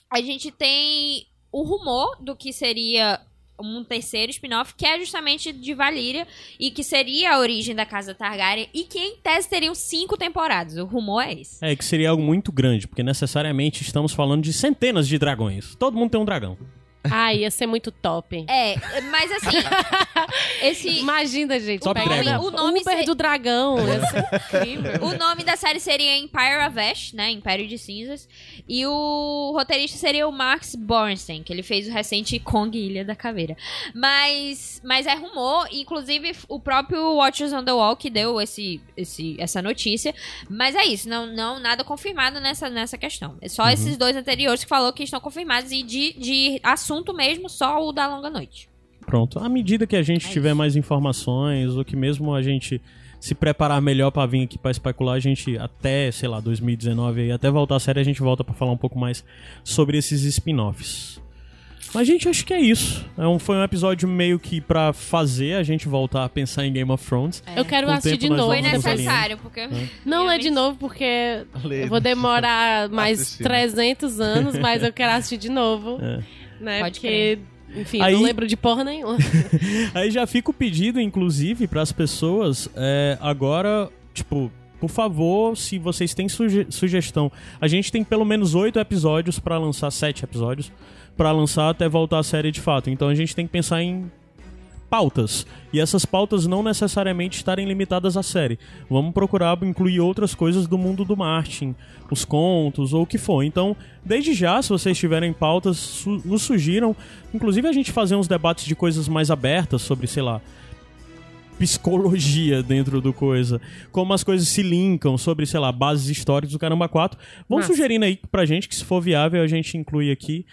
a gente tem o rumor do que seria um terceiro spin-off, que é justamente de Valíria, e que seria a origem da Casa Targaryen, e que, em tese, teriam cinco temporadas. O rumor é esse. É, que seria algo muito grande, porque necessariamente estamos falando de centenas de dragões. Todo mundo tem um dragão. Ai, ia ser muito top. É, mas assim... esse... Imagina, gente. Top pega Dragon. É. O O nome Uber se- do dragão. Ia ser incrível. O nome da série seria Empire of Ash, né? Império de Cinzas. E o roteirista seria o Max Bornstein, que ele fez o recente Kong e Ilha da Caveira. Mas, mas é rumor, inclusive o próprio Watchers on the Wall que deu esse, esse, essa notícia. Mas é isso, não, não nada confirmado nessa, nessa questão. É só Uhum. esses dois anteriores que falou que estão confirmados e de, de assunto mesmo, só o da Longa Noite. Pronto. À medida que a gente É tiver isso. mais informações, ou que mesmo a gente se preparar melhor pra vir aqui pra especular, a gente até, sei lá, 2019 aí, até voltar a série, a gente volta pra falar um pouco mais sobre esses spin-offs. Mas, gente, acho que é isso. É um- foi um episódio meio que pra fazer a gente voltar a pensar em Game of Thrones. Eu quero Com o assistir tempo de nós novo. Foi vamos um nos necessário, porque... Não é de realmente- novo, porque Lê. eu vou demorar Tá mais Assistir, né? 300 anos, mas eu quero assistir de novo. Né? Pode porque, enfim, É. Aí- não lembro de porra nenhuma. Aí já fica o pedido, inclusive, pras pessoas é, agora, tipo, por favor, se vocês têm suge- sugestão. A gente tem pelo menos oito episódios pra lançar, sete episódios, pra lançar até voltar a série de fato. Então a gente tem que pensar em pautas. E essas pautas não necessariamente estarem limitadas à série. Vamos procurar incluir outras coisas do mundo do Martin, os contos ou o que for. Então, desde já, se vocês tiverem pautas, su- nos sugiram. Inclusive a gente fazer uns debates de coisas mais abertas sobre, sei lá, psicologia dentro do coisa. Como as coisas se linkam sobre, sei lá, bases históricas do Caramba 4. Vão Massa. sugerindo aí pra gente que se for viável a gente inclui aqui.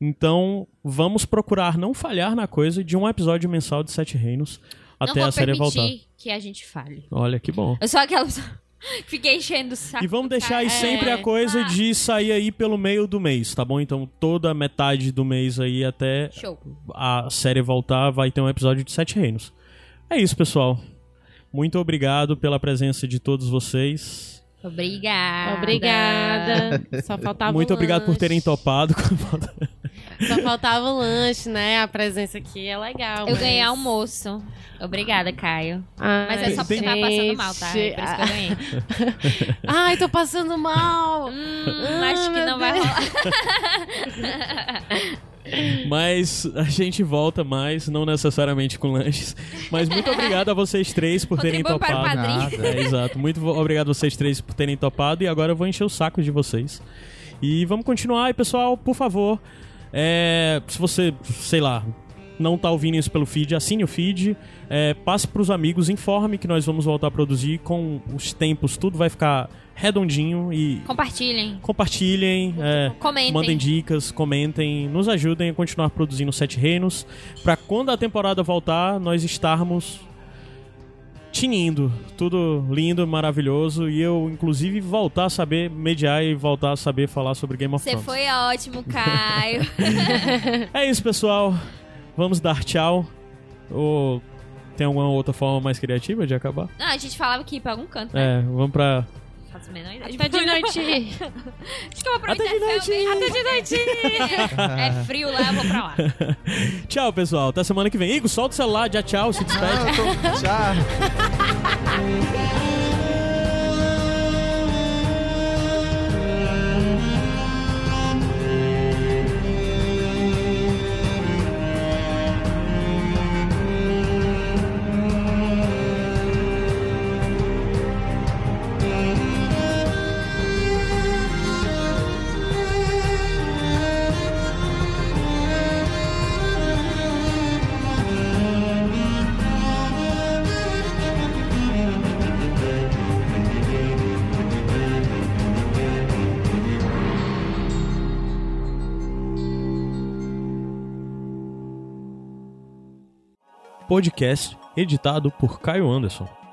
Então, vamos procurar não falhar na coisa de um episódio mensal de Sete Reinos até não a vou série permitir voltar. que a gente fale. Olha que bom. Eu sou aquela pessoa que fiquei enchendo o saco. E vamos deixar aí Tá cara. é, tá. sempre a coisa de sair aí pelo meio do mês, tá bom? Então toda metade do mês aí até Show. a série voltar vai ter um episódio de Sete Reinos. É isso, pessoal. Muito obrigado pela presença de todos vocês. Obrigada. Obrigada. Só faltava Muito o obrigado por Tá lanche. terem topado. Só faltava o lanche, né? A presença aqui é legal. Eu mas- ganhei almoço. Obrigada, Caio. Ai, Mas é só porque você tava passando mal, tá? É gente. Por isso que eu ganhei. Ai, tô passando mal. Hum, Ah, acho que meu não vai Deus. rolar. Mas a gente volta mais, não necessariamente com lanches. Mas muito obrigado a vocês três por terem Contribua para o topado. padrinho. Nada. É, exato. Muito vo- obrigado vocês três por terem topado e agora eu vou encher o saco de vocês. E vamos continuar. E pessoal, por favor, é, se você, sei lá, não tá ouvindo isso pelo feed, assine o feed, é, passe pros amigos, informe que nós vamos voltar a produzir com os tempos, tudo vai ficar redondinho e Compartilhem. compartilhem, é, Comentem. mandem dicas, comentem, nos ajudem a continuar produzindo Sete Reinos, pra quando a temporada voltar, nós estarmos tinindo, tudo lindo, maravilhoso, e eu, inclusive, voltar a saber mediar e voltar a saber falar sobre Game of Você Thrones. foi ótimo, Caio. É isso, pessoal. Vamos dar tchau. Ou tem alguma outra forma mais criativa de acabar? Não, a gente falava que ia pra algum canto, né? É, vamos pra. Faço a menor ideia. Até de noite. Acho que eu vou pra Até de noite. Até de noite. É frio lá, eu vou pra lá. Tchau, pessoal. Até semana que vem. Igor, solta o celular, já tchau, se despede. Ah, eu tô- Tchau. Podcast editado por Caio Anderson.